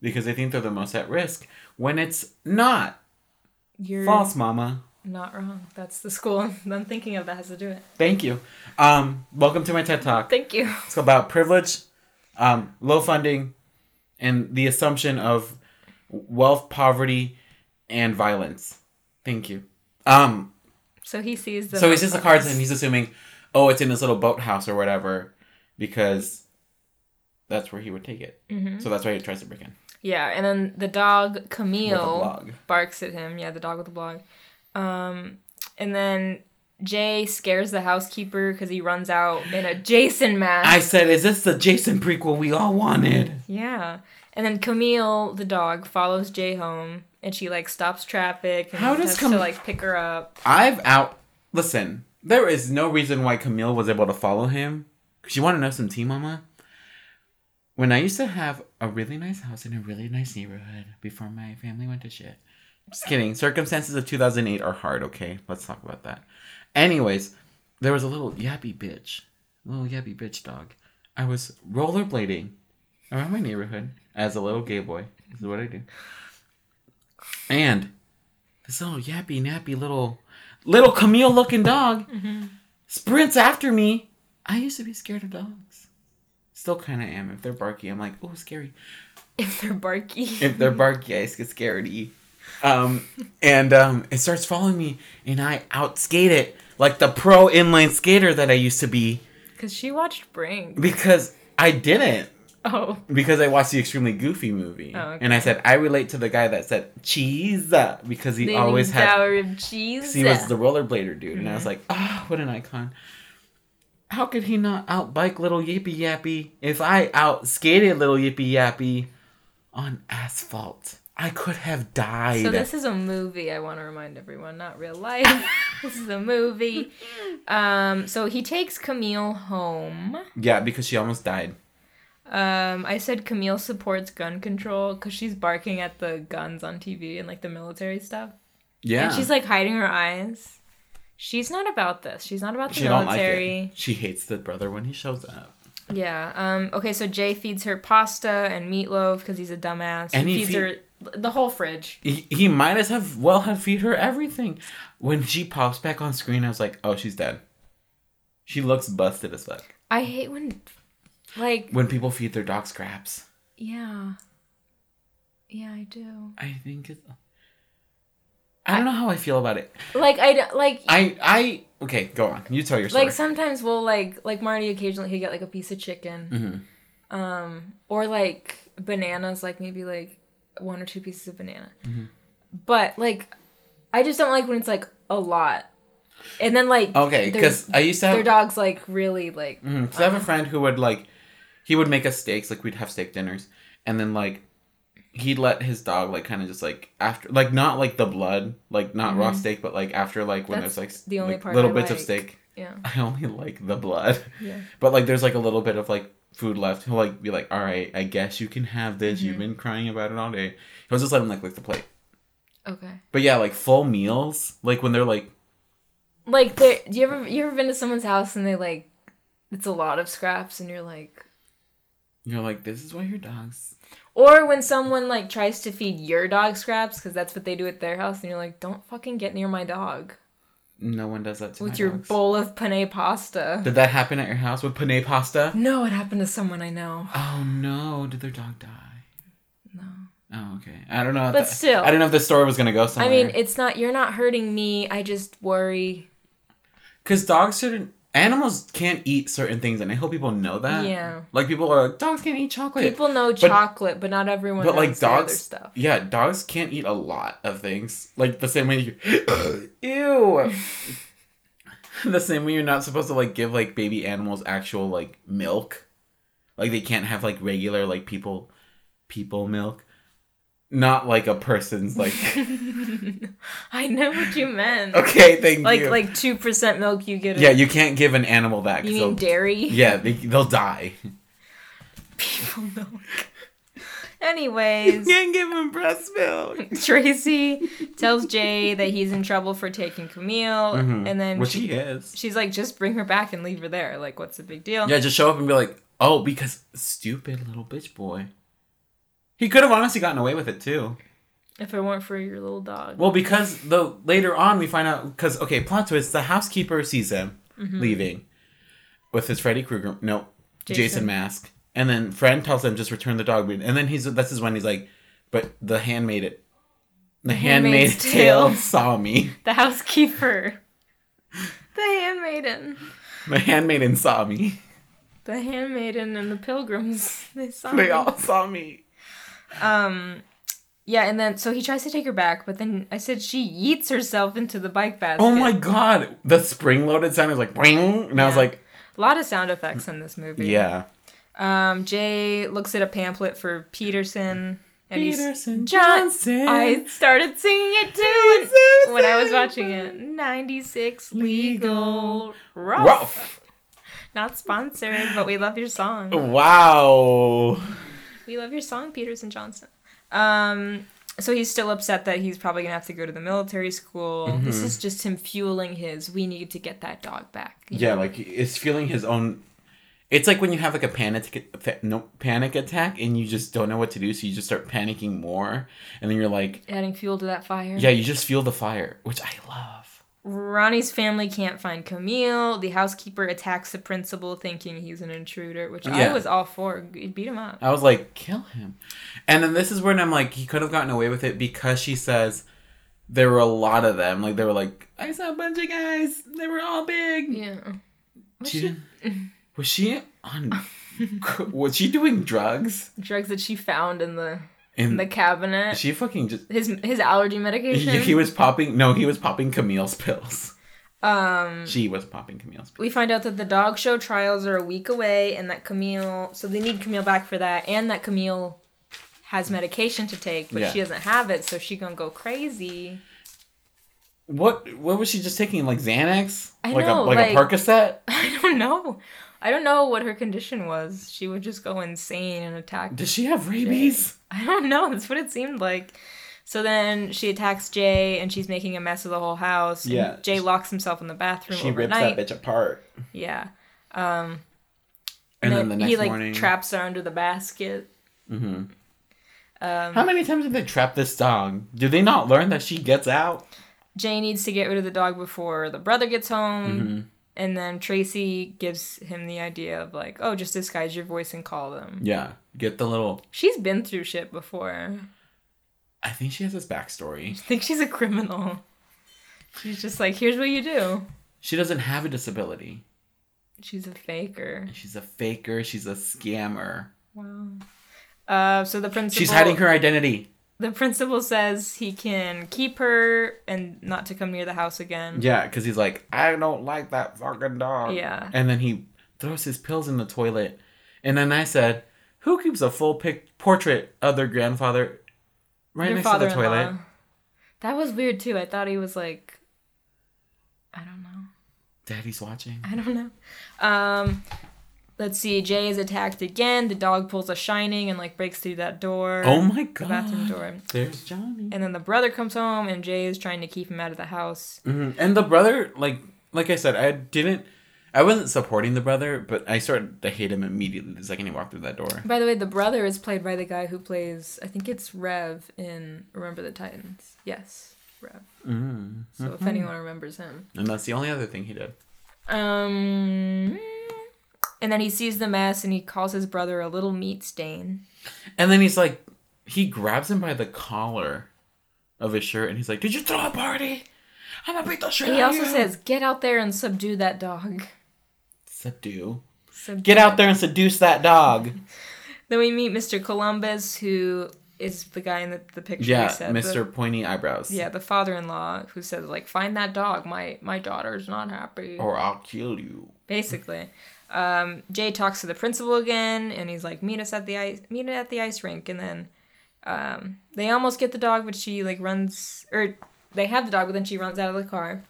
S3: because they think they're the most at risk when it's not.
S2: You're
S3: False, mama.
S2: not wrong. That's the school I'm thinking of that has to do it.
S3: Thank you. Um, welcome to my TED Talk.
S2: Thank you.
S3: It's about privilege, um, low funding, and the assumption of wealth, poverty, and violence. Thank you. Um,
S2: So he sees the.
S3: so he sees the cards and he's assuming, oh, it's in his little boathouse or whatever, because that's where he would take it. So that's why he tries to break in.
S2: Yeah, and then the dog Camille
S3: blog.
S2: barks at him. Yeah, the dog with the blog. Um, and then Jay scares the housekeeper because he runs out in a Jason mask.
S3: I said, is this the Jason prequel we all wanted?
S2: yeah, and then Camille the dog follows Jay home, and she like stops traffic. And
S3: How does
S2: has to
S3: Cam-
S2: like pick her up?
S3: I've out. Listen, there is no reason why Camille was able to follow him. Cause you want to know some tea, Mama. When I used to have a really nice house in a really nice neighborhood before my family went to shit. Just kidding. Circumstances of 2008 are hard. Okay, let's talk about that. Anyways, there was a little yappy bitch, little yappy bitch dog. I was rollerblading around my neighborhood as a little gay boy. This is what I do. And this little yappy nappy little little Camille looking dog
S2: Mm-hmm.
S3: sprints after me. I used to be scared of dogs. Still kind of am. If they're barky, I'm like, oh, scary.
S2: If they're barky,
S3: If they're barky, I get scaredy. Um, and um, it starts following me, and I outskate it like the pro inline skater that I used to be
S2: because she watched Brink.
S3: because I didn't
S2: Oh,
S3: because I watched the Extremely Goofy movie,
S2: Oh, okay.
S3: and I said I relate to the guy that said cheese uh," because he
S2: the
S3: always had
S2: Tower of Jesus.
S3: he was the rollerblader dude, and I
S2: Mm-hmm.
S3: was like, ah, what an icon. How could he not outbike little Yippy Yappy if I outskated little Yippy Yappy on asphalt? I could have died.
S2: So this is a movie. I want to remind everyone, not real life. this is a movie. Um, so he takes Camille home.
S3: yeah, because she almost died.
S2: Um, I said Camille supports gun control because she's barking at the guns on TV and like the military stuff,
S3: Yeah,
S2: and she's like hiding her eyes. She's not about this. She's not about the
S3: she don't like
S2: military.
S3: it. She hates the brother when he shows up,
S2: Yeah. Um. Okay. So Jay feeds her pasta and meatloaf because he's a dumbass.
S3: And
S2: he
S3: he
S2: feeds
S3: feed-
S2: her the whole fridge.
S3: he, he might as have well have feed her everything. When she pops back on screen, I was like, oh, she's dead. She looks busted as fuck.
S2: I hate when, like,
S3: When people feed their dog scraps,
S2: yeah, yeah, I do.
S3: I think it's I don't know how I feel about it.
S2: Like I don't- like
S3: I I okay, go on. You tell your story.
S2: like sometimes we'll like like Marty occasionally he get like a piece of chicken, um, or like bananas, like maybe like one or two pieces of banana. But like, I just don't like when it's like a lot, and then like
S3: okay,
S2: their-
S3: because I used to
S2: their
S3: have
S2: dogs like really like
S3: Mhm, 'cause I have a friend who would like, he would make us steaks. Like we'd have steak dinners, and then like, he'd let his dog like kind of just like after like not like the blood, like not raw steak, but like after like when
S2: Mm-hmm. That's
S3: there's like s-
S2: the only
S3: like,
S2: part
S3: little
S2: I
S3: bits of
S2: like.
S3: steak.
S2: yeah
S3: I only like the blood,
S2: yeah.
S3: but like there's like a little bit of like food left. He'll like be like, all right, I guess you can have this.
S2: Mm-hmm.
S3: You've been crying about it all day. He'll just let him like lick the plate.
S2: Okay.
S3: But yeah, like full meals, like when they're like
S2: Like, there- do you ever you ever been to someone's house and they like, it's a lot of scraps, and you're like,
S3: you're like, this is why your dogs.
S2: or when someone like tries to feed your dog scraps because that's what they do at their house, and you're like, don't fucking get near my dog
S3: No one does that to
S2: with
S3: my
S2: your
S3: dogs.
S2: bowl of penne pasta.
S3: Did that happen at your house with penne pasta?
S2: No, it happened to someone I know.
S3: Oh no! Did their dog die? No. Oh okay. I don't know. if
S2: But
S3: that-
S2: still.
S3: I didn't know if this story was gonna go
S2: I
S3: somewhere.
S2: mean, it's not you're not hurting me. I just worry.
S3: because dogs certain animals can't eat certain things, and I hope people know that.
S2: Yeah.
S3: Like people are like dogs can't eat chocolate.
S2: People know
S3: But-
S2: chocolate, but not everyone.
S3: but like
S2: knows the other
S3: dogs,
S2: stuff.
S3: yeah, dogs can't eat a lot of things. Like the same way you, ew. the same way you're not supposed to like give like baby animals actual like milk, like they can't have like regular like people, people milk, not like a person's like.
S2: I know what you meant.
S3: okay, thank
S2: Like
S3: you.
S2: like two percent milk you get.
S3: yeah, you can't give an animal that. 'cause
S2: You
S3: they'll-
S2: mean dairy?
S3: Yeah, they, they'll die.
S2: people milk. Anyways,
S3: can't give them breast milk.
S2: Tracy tells Jay that he's in trouble for taking Camille, and then
S3: Mm-hmm. Which
S2: she,
S3: he is.
S2: she's like, just bring her back and leave her there. Like, what's the big deal?
S3: Yeah, just show up and be like, oh, because stupid little bitch boy. He could have honestly gotten away with it too.
S2: If it weren't for your little dog.
S3: Well, because the later on we find out because okay, plot twist: the housekeeper sees him leaving with his Freddy Krueger, no, Mm-hmm. Jason.
S2: Jason.
S3: mask, and then Fran tells him just return the dog, and then he's this is when he's like, but the hand made it. The handmaid's,
S2: Handmaid's
S3: tale.
S2: Tale.
S3: saw me.
S2: the housekeeper. The handmaiden.
S3: The handmaiden saw me.
S2: The handmaiden and the pilgrims. They saw
S3: They
S2: me.
S3: all saw me.
S2: Um, yeah, and then so he tries to take her back, but then I said she yeets herself into the bike basket.
S3: Oh my god! The spring-loaded sound is like, "Boing," and I was
S2: Yeah.
S3: like,
S2: A lot of sound effects in this movie.
S3: yeah.
S2: Um, Jay looks at a pamphlet for Peterson, and he's
S3: Peterson
S2: Johnson. I started singing it too when, when I was watching it. Ninety-six legal rough.
S3: Rough.
S2: Not sponsored, but we love your
S3: Oh.
S2: song.
S3: Wow.
S2: We love your song, Peterson Johnson. Um, so he's still upset that he's probably gonna have to go to the military school. This
S3: Mm-hmm.
S2: is just him fueling his. We need to get that dog back.
S3: Yeah, like it's feeling his own. It's like when you have like a panic fa- no panic attack and you just don't know what to do, so you just start panicking more, and then you're like,
S2: Adding fuel to that fire.
S3: yeah, you just feel the fire, which I love.
S2: Ronnie's family can't find Camille. The housekeeper attacks the principal, thinking he's an intruder, which I
S3: Yeah.
S2: was all for. Beat him up.
S3: I was like, kill him, and then this is when I'm like, he could have gotten away with it because she says there were a lot of them. Like they were like, I saw a bunch of guys. They were all big.
S2: Yeah.
S3: She didn't- was she on? was she doing drugs?
S2: Drugs that she found in the in
S3: And
S2: the cabinet.
S3: she fucking just.
S2: his his allergy
S3: He,
S2: medication.
S3: he was popping. No, he was popping Camille's pills.
S2: um
S3: She was popping Camille's pills.
S2: we find out that the dog show trials are a week away and that Camille so they need Camille back for that and that Camille has medication to take, but
S3: Yeah.
S2: she doesn't have it, so she gonna go crazy.
S3: What? What was she just taking? Like Xanax?
S2: I
S3: like
S2: know,
S3: a like, a
S2: like-
S3: Percocet?
S2: I don't know. I don't know what her condition was. She would just go insane and attack.
S3: Does she have rabies?
S2: I don't know. That's what it seemed like. So then she attacks Jay, and she's making a mess of the whole house. and
S4: Yeah.
S2: Jay locks himself in the bathroom
S4: She rips
S2: overnight.
S4: that bitch apart.
S2: Yeah. Um,
S3: And, then the next
S2: he like
S3: morning, Mm-hmm.
S2: traps her under the basket. Um,
S3: how many times did they trap this dog? Do they not learn that she gets out?
S2: Jay needs to get rid of the dog before the brother gets home.
S3: Mm-hmm.
S2: And then Tracy gives him the idea of like, oh, just disguise your voice and call them.
S3: Yeah, get the little.
S2: She's been through shit before.
S3: I think she has this backstory.
S2: I think she's a criminal. She's just like, here's what you do.
S3: She doesn't have a disability.
S2: She's a faker.
S3: She's a faker. She's a scammer.
S2: Wow. Uh, so the principal.
S3: She's hiding her identity.
S2: The principal says he can keep her and not to come near the house again.
S3: Yeah, because he's like, I don't like that fucking dog.
S2: Yeah.
S3: And then he throws his pills in the toilet. And then I said, Who keeps a full pic- portrait of their grandfather right
S2: Their
S3: next to the
S2: father-in-law.
S3: toilet?
S2: That was weird too. I thought he was like, I don't know.
S3: Daddy's watching.
S2: I don't know. Um, let's see. Jay is attacked again. The dog pulls a shining and like breaks through that door.
S3: Oh my
S2: the
S3: god.
S2: bathroom door.
S3: There's Johnny.
S2: And then the brother comes home and Jay is trying to keep him out of the house.
S3: Mhm. And the brother, like like I said, I didn't I wasn't supporting the brother, but I started to hate him immediately the second he walked through that door.
S2: By the way, the brother is played by the guy who plays, I think it's Rev in Remember the Titans. Yes, Rev.
S3: Mm.
S2: So if anyone remembers him.
S3: And that's the only other thing he did.
S2: Um, and then he sees the mess and he calls his brother a little meat stain.
S3: And then he's like, he grabs him by the collar of his shirt, and he's like, "Did you throw a party? I'm gonna beat the shit
S2: He
S3: out of
S2: also
S3: you."
S2: says, "Get out there and subdue that dog."
S3: "Subdue.
S2: Subdue
S3: Get out there and seduce that dog."
S2: Then we meet Mr. Columbus, who is the guy in the, the picture.
S3: yeah,
S2: we said,
S3: Mr. Pointy Eyebrows.
S2: The, yeah, the father-in-law who says like, "Find that dog. My my daughter's not happy."
S3: Or I'll kill you.
S2: Basically, um, Jay talks to the principal again, and he's like, "Meet us at the ice. Meet it at the ice rink." And then um, they almost get the dog, but she like runs, or they have the dog, but then she runs out of the car.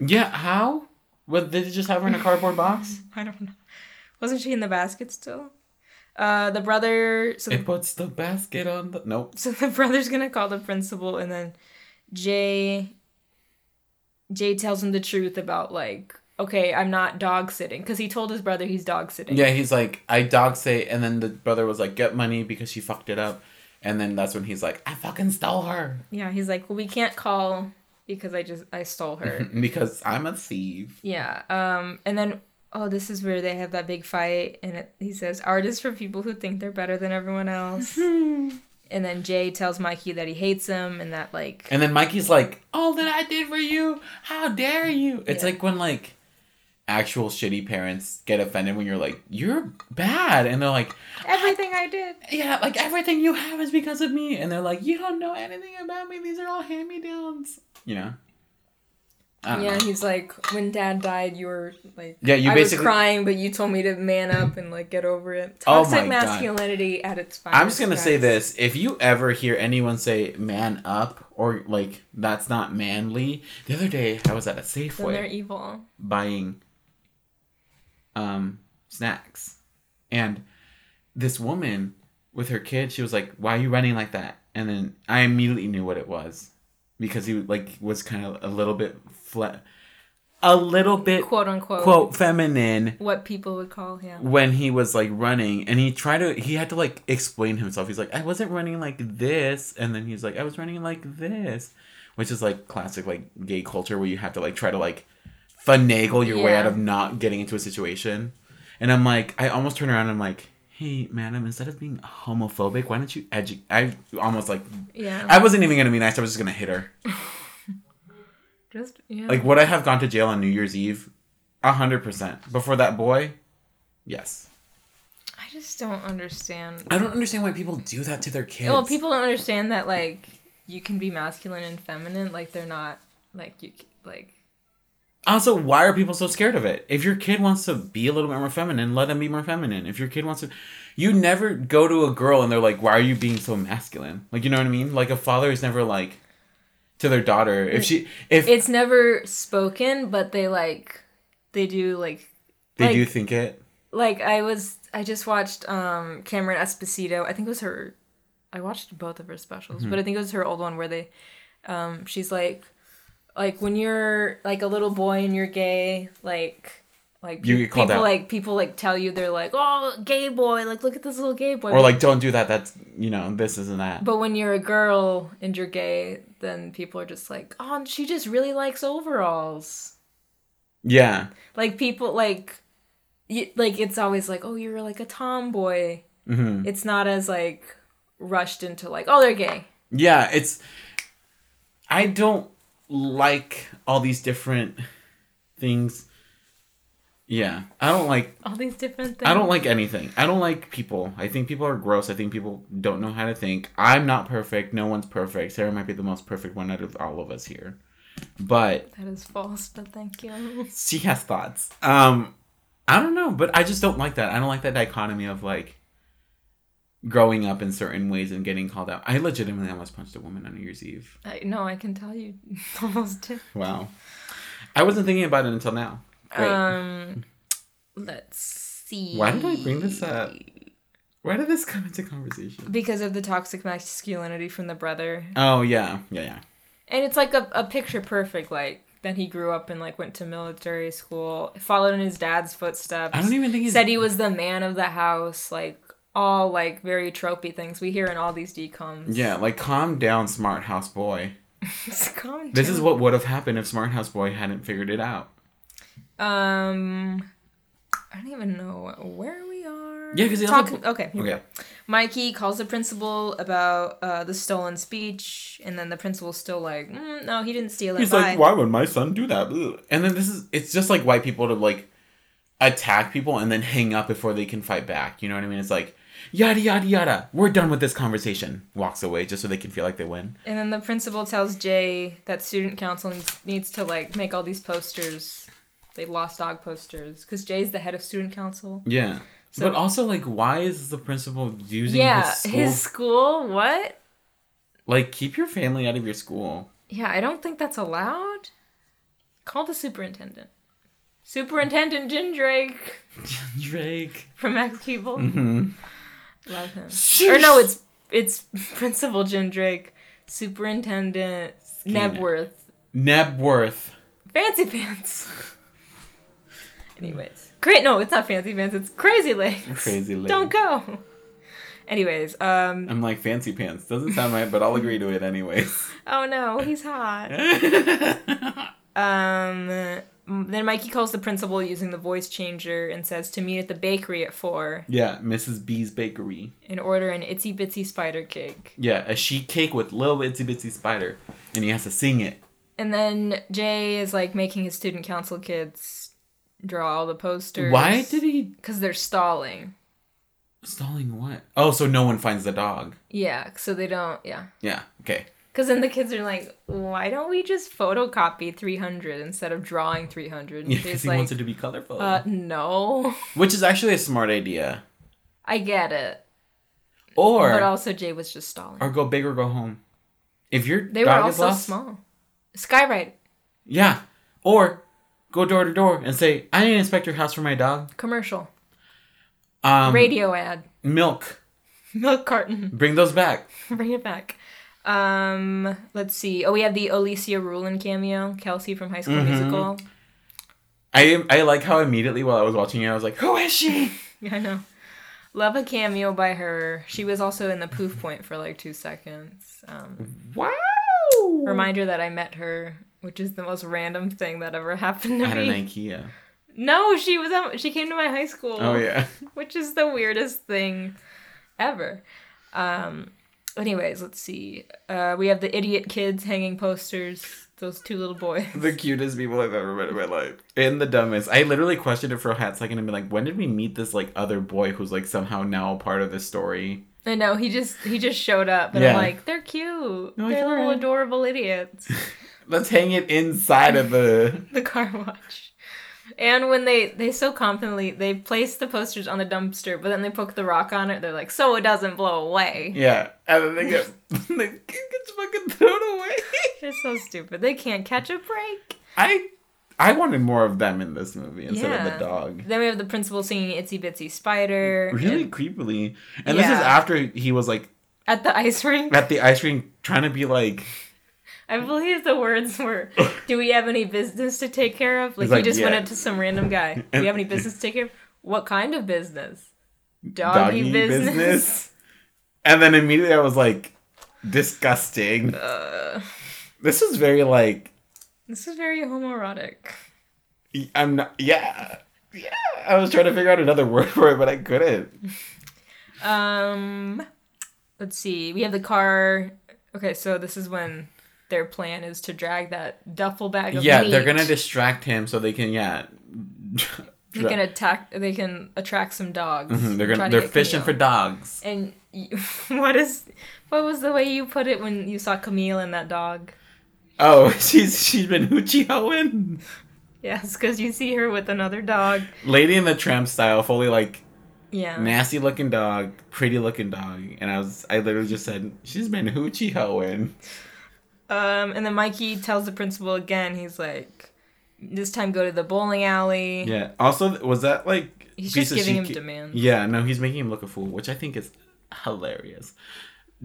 S3: Yeah. How? What did they just have her in a cardboard box?
S2: I don't know. Wasn't she in the basket still? Uh, the brother. So the
S3: it puts the basket on the. Nope.
S2: so the brother's gonna call the principal and then jay jay tells him the truth about like okay i'm not dog sitting because he told his brother he's dog sitting
S3: Yeah, he's like, I dog say, and then the brother was like, get money because she fucked it up, and then that's when he's like, I fucking stole her
S2: yeah he's like well we can't call because i just i stole her
S3: because I'm a thief.
S2: yeah um and then oh this is where they have that big fight and it, he says art is for people who think they're better than everyone else and then jay tells mikey that he hates him and that like
S3: And then Mikey's like, "All that I did for you, how dare you?" It's
S2: Yeah.
S3: like when like actual shitty parents get offended when you're like, "You're bad," and they're like,
S2: everything i did
S3: "Yeah, like everything you have is because of me," and they're like, "You don't know anything about me. These are all hand me downs." You know. I don't
S2: Yeah,
S3: know.
S2: he's like, when dad died, you were like,
S3: Yeah, Uh-uh. you
S2: I
S3: basically-
S2: was crying, but you told me to man up and like get over it.
S3: Oh
S2: Toxic
S3: my God.
S2: masculinity at its finest.
S3: I'm just gonna say
S2: guys.
S3: this: if you ever hear anyone say "man up" or like that's not manly, the other day I was at a
S2: Then they're
S3: Safeway
S2: evil.
S3: buying um snacks, and this woman with her kid, she was like, "Why are you running like that?" And then I immediately knew what it was because he like was kind of a little bit flat, a little bit
S2: Quote unquote.
S3: quote feminine
S2: What people would call him.
S3: when he was like running and he tried to he had to like explain himself he's like i wasn't running like this and then he's like i was running like this which is like classic like gay culture where you have to like try to like finagle your way
S2: Yeah.
S3: out of not getting into a situation and i'm like i almost turn around and i'm like hey madam instead of being homophobic why don't you edu- i almost like
S2: Yeah.
S3: i wasn't even gonna be nice i was just gonna hit her
S2: just, yeah.
S3: like would i have gone to jail on new year's eve 100% before that boy yes
S2: I just don't understand.
S3: I don't understand why people do that to their kids.
S2: Well, people don't understand that like you can be masculine and feminine. Like they're not like you c- like.
S3: also, why are people so scared of it? If your kid wants to be a little bit more feminine, let them be more feminine. If your kid wants to, you never go to a girl and they're like, "Why are you being so masculine?" Like, you know what I mean? Like a father is never like to their daughter if she if
S2: It's never spoken, but they like they do like
S3: they do
S2: like-
S3: think it.
S2: like I was I just watched um Cameron Esposito. I think it was her I watched both of her specials,
S3: Mm-hmm.
S2: but I think it was her old one where they um she's like like when you're like a little boy and you're gay, like like
S3: You
S2: pe-
S3: get called
S2: people
S3: out.
S2: like people like tell you they're like, "Oh, gay boy, like look at this little gay boy."
S3: Or like, don't do that. That's you know, this isn't that.
S2: but when you're a girl and you're gay, then people are just like, "Oh, and she just really likes overalls."
S3: Yeah,
S2: Like people like you, like it's always like, "Oh, you're like a tomboy."
S3: hmm
S2: it's not as like rushed into like oh they're gay
S3: Yeah, it's. I don't like all these different things. Yeah, I don't like.
S2: All these different things.
S3: I don't like anything. I don't like people. I think people are gross. I think people don't know how to think. I'm not perfect. No one's perfect. Sarah might be the most perfect one out of all of us here, but
S2: That is false, but thank you.
S3: she has thoughts. Um, I don't know, but I just don't like that. I don't like that dichotomy of like growing up in certain ways and getting called out. I legitimately almost punched a woman on New Year's Eve.
S2: I, no, I can tell you almost did.
S3: Wow, I wasn't thinking about it until now. Great.
S2: Um, let's see.
S3: Why did I bring this up? Where did this come into conversation?
S2: Because of the toxic masculinity from the brother.
S3: Oh yeah, yeah, yeah.
S2: And it's like a, a picture perfect, like, then he grew up and, like, went to military school, followed in his dad's footsteps.
S3: I don't even think he's
S2: Said he was the man of the house, like, all, like, very tropey things we hear in all these decoms.
S3: Yeah, like calm down, smart house boy.
S2: Calm
S3: This
S2: down.
S3: is what would have happened if smart house boy hadn't figured it out.
S2: Um, I don't even know where we are.
S3: Yeah, 'cause the other
S2: Talk- okay. here we
S3: Okay.
S2: go. Mikey calls the principal about uh, the stolen speech, and then the principal's still like, mm, "No, he didn't steal it."
S3: He's
S2: Bye.
S3: like, why would my son do that? Ugh. And then this is, it's just like white people to like attack people and then hang up before they can fight back. You know what I mean? It's like, yada, yada, yada. We're done with this conversation. Walks away just so they can feel like they win.
S2: And then the principal tells Jay that student council needs, needs to like make all these posters. They lost dog posters because Jay's the head of student council.
S3: Yeah.
S2: So-
S3: but also, like, why is the principal using
S2: yeah,
S3: his school?
S2: school. What?
S3: Like, keep your family out of your school.
S2: Yeah, I don't think that's allowed. Call the superintendent. Superintendent Jim Drake.
S3: Drake.
S2: from Max Keeble.
S3: Mhm.
S2: Love him. Or no, it's it's Principal Jim Drake, Superintendent
S3: Skeena.
S2: Nebworth,
S3: Nebworth.
S2: Fancy Pants. Anyways, great. No, it's not Fancy Pants. It's Crazy Legs.
S3: Crazy lady.
S2: Don't go. Anyways, um,
S3: I'm like, fancy pants. Doesn't sound right, but I'll agree to it anyways.
S2: oh no, he's hot. Um, then Mikey calls the principal using the voice changer and says to meet at the bakery at four
S3: yeah, Mrs. B's Bakery.
S2: and order an itsy bitsy spider cake.
S3: Yeah, a sheet cake with little itsy bitsy spider, and he has to sing it.
S2: And then Jay is like making his student council kids draw all the posters.
S3: Why did he
S2: Because they're stalling.
S3: stalling what? Oh, so no one finds the dog.
S2: Yeah, so they don't. Yeah.
S3: Yeah. Okay.
S2: Because then the kids are like, why don't we just photocopy 300 instead of drawing 300?
S3: Yeah,
S2: He's
S3: because he
S2: like,
S3: wants it to be colorful,
S2: uh, no.
S3: which is actually a smart idea.
S2: I get it.
S3: Or
S2: but also, Jay was just stalling.
S3: or go big or go home. If your
S2: They were
S3: dog
S2: all
S3: is
S2: so
S3: lost,
S2: small. Skyride,
S3: yeah. Or go door to door and say, "I need to inspect your house for my dog."
S2: commercial,
S3: Um,
S2: radio ad,
S3: milk.
S2: milk carton.
S3: Bring those back.
S2: Bring it back. Um, let's see. Oh, we have the Alicia Rulin cameo, Kelsey from High School
S3: Mm-hmm.
S2: Musical.
S3: I I like how immediately while I was watching it, I was like, "Who is she?"
S2: Yeah, I know. Love a cameo by her. She was also in the Poof Point for like two seconds. Um,
S3: Wow. Mm.
S2: reminder that I met her, which is the most random thing that ever happened to
S3: At an
S2: me.
S3: IKEA.
S2: No, she was at, she came to my high school.
S3: Oh yeah.
S2: which is the weirdest thing ever. Um, anyways, let's see. Uh, we have the idiot kids hanging posters. Those two little boys.
S3: the cutest people I've ever met in my life. And the dumbest. I literally questioned it for a hot second and be like, when did we meet this like other boy who's like somehow now a part of this story?
S2: I know he just he just showed up, and
S3: Yeah.
S2: I'm like, they're cute.
S3: You're like,
S2: they're little
S3: "Alright."
S2: adorable idiots.
S3: Let's hang it inside of the
S2: the car wash. And when they they so confidently they place the posters on the dumpster, but then they poke the rock on it. They're like, so it doesn't blow away.
S3: Yeah. And then they get the kid gets fucking thrown away.
S2: They're so stupid. They can't catch a break.
S3: I I wanted more of them in this movie instead
S2: Yeah.
S3: of the dog.
S2: Then we have the principal singing "Itsy Bitsy Spider"
S3: Really
S2: and-
S3: creepily. And this is
S2: Yeah.
S3: after he was like
S2: at the ice rink.
S3: at the ice cream trying to be like
S2: I believe the words were, "Do we have any business to take care of?" Like,
S3: He's
S2: you
S3: like,
S2: just went
S3: "Yeah."
S2: up to some random guy. Do we have any business to take care of? What kind of business? Doggy,
S3: doggy,
S2: business.
S3: business. And then immediately I was like, disgusting.
S2: Uh,
S3: This is very like
S2: this is very homoerotic.
S3: I'm not yeah. Yeah. I was trying to figure out another word for it, but I couldn't.
S2: Um, let's see. We have the car Okay, so this is when their plan is to drag that duffel bag of
S3: yeah, they're
S2: meat.
S3: gonna distract him so they can yeah.
S2: they can attack they can attract some dogs.
S3: Mhm, they're
S2: and try
S3: gonna
S2: to
S3: they're
S2: get
S3: fishing for
S2: Camille.
S3: dogs.
S2: And you, what is what was the way you put it when you saw Camille and that dog?
S3: Oh, she's she's been hoochie hoeing,
S2: Yes, because you see her with another dog.
S3: Lady in the Tramp style, fully like
S2: Yeah.
S3: nasty looking dog, pretty looking dog, and I was I literally just said she's been hoochie hoeing.
S2: Um, and then Mikey tells the principal again. He's like, "This time, go to the bowling alley."
S3: Yeah. Also, was that like
S2: He's
S3: piece
S2: just
S3: of
S2: giving him
S3: shiki-
S2: demands.
S3: Yeah. No, he's making him look a fool, which I think is hilarious.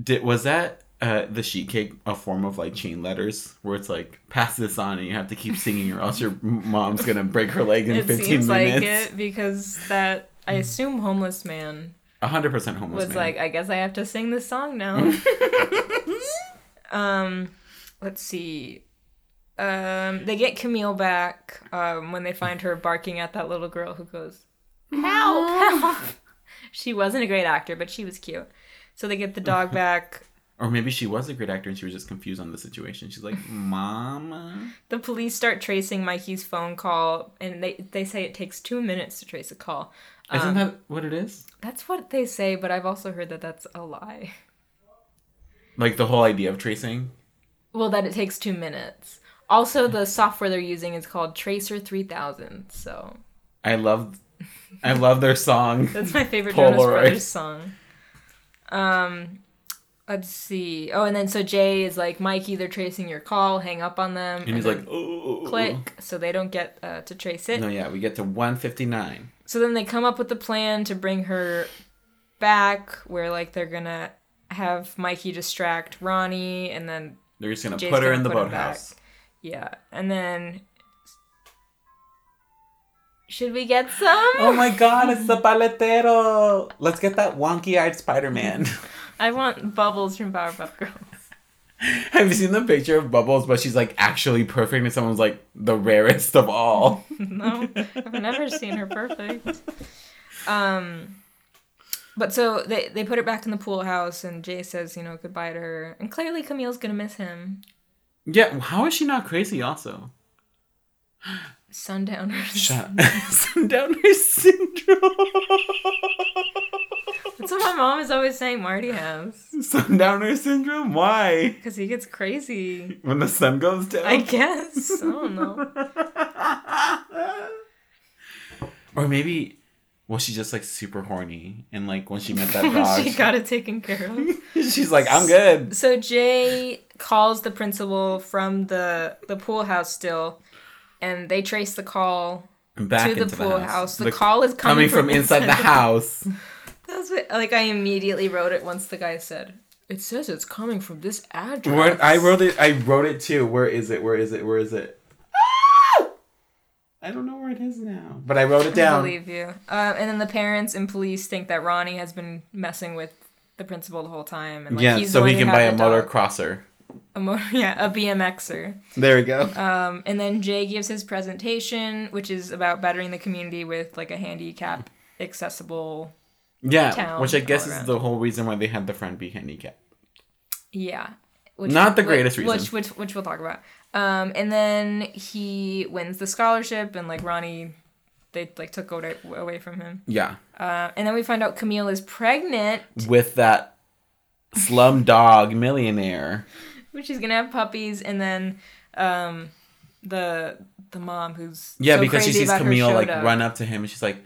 S3: Did was that uh, the sheet cake a form of like chain letters where it's like pass this on and you have to keep singing or else your m- mom's gonna break her leg in
S2: It
S3: fifteen
S2: seems like
S3: minutes? Mm.
S2: it because that I assume homeless man
S3: A hundred percent homeless.
S2: was
S3: man.
S2: like, I guess I have to sing this song now. um, let's see. Um, they get Camille back um, when they find her barking at that little girl who goes, Help! Help! she wasn't a great actor, but she was cute. So they get the dog back.
S3: or maybe she was a great actor and she was just confused on the situation. She's like, Mama.
S2: The police start tracing Mikey's phone call, and they, they say it takes two minutes to trace a call.
S3: Isn't
S2: Um,
S3: that what it is?
S2: That's what they say, but I've also heard that that's a lie.
S3: Like the whole idea of tracing.
S2: Well, that it takes two minutes. Also, the software they're using is called Tracer 3000. So
S3: I love, I love their song.
S2: that's my favorite Jonas
S3: Polaroid.
S2: Brothers song. Um, let's see. Oh, and then so Jay is like, Mikey, they're tracing your call. Hang up on them.
S3: And he's
S2: then
S3: like, oh,
S2: click. So they don't get uh, to trace it.
S3: No, yeah, we get to 159.
S2: So then they come up with the plan to bring her back, where like they're gonna have Mikey distract Ronnie, and then
S3: They're just gonna
S2: Jay's
S3: put her
S2: gonna
S3: in the
S2: put her
S3: boathouse.
S2: yeah, and then. Should we get some?
S3: Oh my god, it's the paletero! Let's get that wonky eyed Spider Man.
S2: I want bubbles from Powerpuff Girls.
S3: Have you seen the picture of Bubbles, but she's like actually perfect and someone's like the rarest of all?
S2: No, I've never seen her perfect. Um, but so they they put it back in the pool house, and Jay says, you know, goodbye to her, and clearly Camille's gonna miss him.
S3: Yeah, how is she not crazy also?
S2: Sundowners.
S3: Sundowner syndrome.
S2: That's what my mom is always saying. Marty has
S3: Sundowner syndrome? Why?
S2: because he gets crazy.
S3: When the sun goes down?
S2: I guess I don't know.
S3: Ah. Or maybe was she just like super horny and like when she met that dog,
S2: she got it taken care of.
S3: she's like, I'm good.
S2: So Jay calls the principal from the the pool house still, and they trace the call
S3: I'm back
S2: to the
S3: into
S2: pool
S3: the
S2: house.
S3: house.
S2: The,
S3: Look,
S2: call is
S3: coming from inside the house.
S2: That's what, like I immediately wrote it once the guy said. It says it's coming from this address.
S3: Where-
S4: I wrote it. I wrote it too. Where is it? Where is it? Where is it? Ah! I don't know where it is now, but I wrote it
S2: I
S4: down.
S2: believe you. Uh, and then the parents and police think that Ronnie has been messing with the principal the whole time, and like,
S3: yeah,
S2: he's
S3: so
S2: the one
S3: he
S2: who
S3: can
S2: had
S3: buy
S2: the
S3: a motor
S2: dog-
S3: crosser.
S2: a motor, yeah, a BMXer.
S4: There we go.
S2: Um, and then Jay gives his presentation, which is about bettering the community with like a handicap accessible.
S3: Yeah,
S2: Town
S3: which I
S2: all
S3: guess is
S2: around.
S3: the whole reason why they had the friend be handicapped.
S2: Yeah. Which,
S3: Not the
S2: which-
S3: greatest reason.
S2: Which, which which we'll talk about. Um, and then he wins the scholarship, and like Ronnie, they like took away, away from him.
S3: Yeah,
S2: Uh, and then we find out Camille is pregnant,
S3: with that slum dog millionaire.
S2: which she's gonna have puppies, and then um, the the mom who's
S3: Yeah,
S2: so
S3: because she
S2: crazy
S3: sees
S2: about her
S3: Camille
S2: showed
S3: like
S2: up.
S3: run up to him and she's like,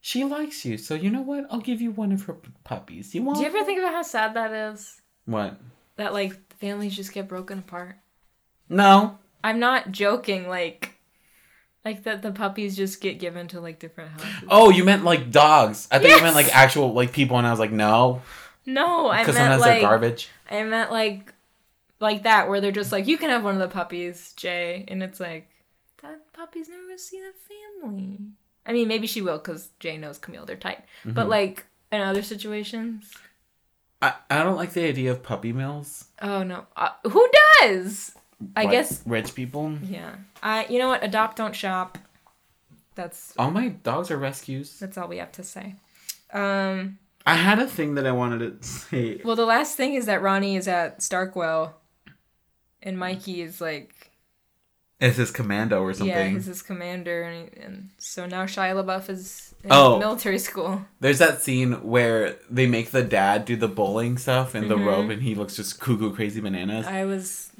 S3: "She likes you, so you know what? I'll give you one of her p- puppies. You want
S2: Do you ever think about how sad that is?
S3: what?
S2: That like families just get broken apart.
S3: No,
S2: I'm not joking. Like, like that the puppies just get given to like different houses.
S3: Oh, you meant like dogs. I think you meant
S2: Yes!
S3: like actual like people, and I was like, no,
S2: No, I
S3: because
S2: meant
S3: sometimes
S2: like
S3: they're garbage.
S2: I meant like like that where they're just like, You can have one of the puppies, Jay and it's like that puppy's never gonna see the family. I mean maybe she will because Jay knows Camille, they're tight.
S3: Mm-hmm.
S2: But like in other situations.
S3: I, I don't like the idea of puppy mills.
S2: Oh no. Uh, who does? I
S3: Like,
S2: guess
S3: rich people.
S2: yeah. I you know what? Adopt don't shop. That's
S3: All my dogs are rescues.
S2: that's all we have to say. Um
S3: I had a thing that I wanted to say.
S2: Well, the last thing is that Ronnie is at Starkwell, and Mikey is like,
S3: It's his commando or something.
S2: yeah, he's his commander, and, and so now Shia LaBeouf is in
S3: Oh.
S2: military school.
S3: There's that scene where they make the dad do the bowling stuff in the
S2: Mm-hmm.
S3: robe and he looks just cuckoo crazy bananas.
S2: I was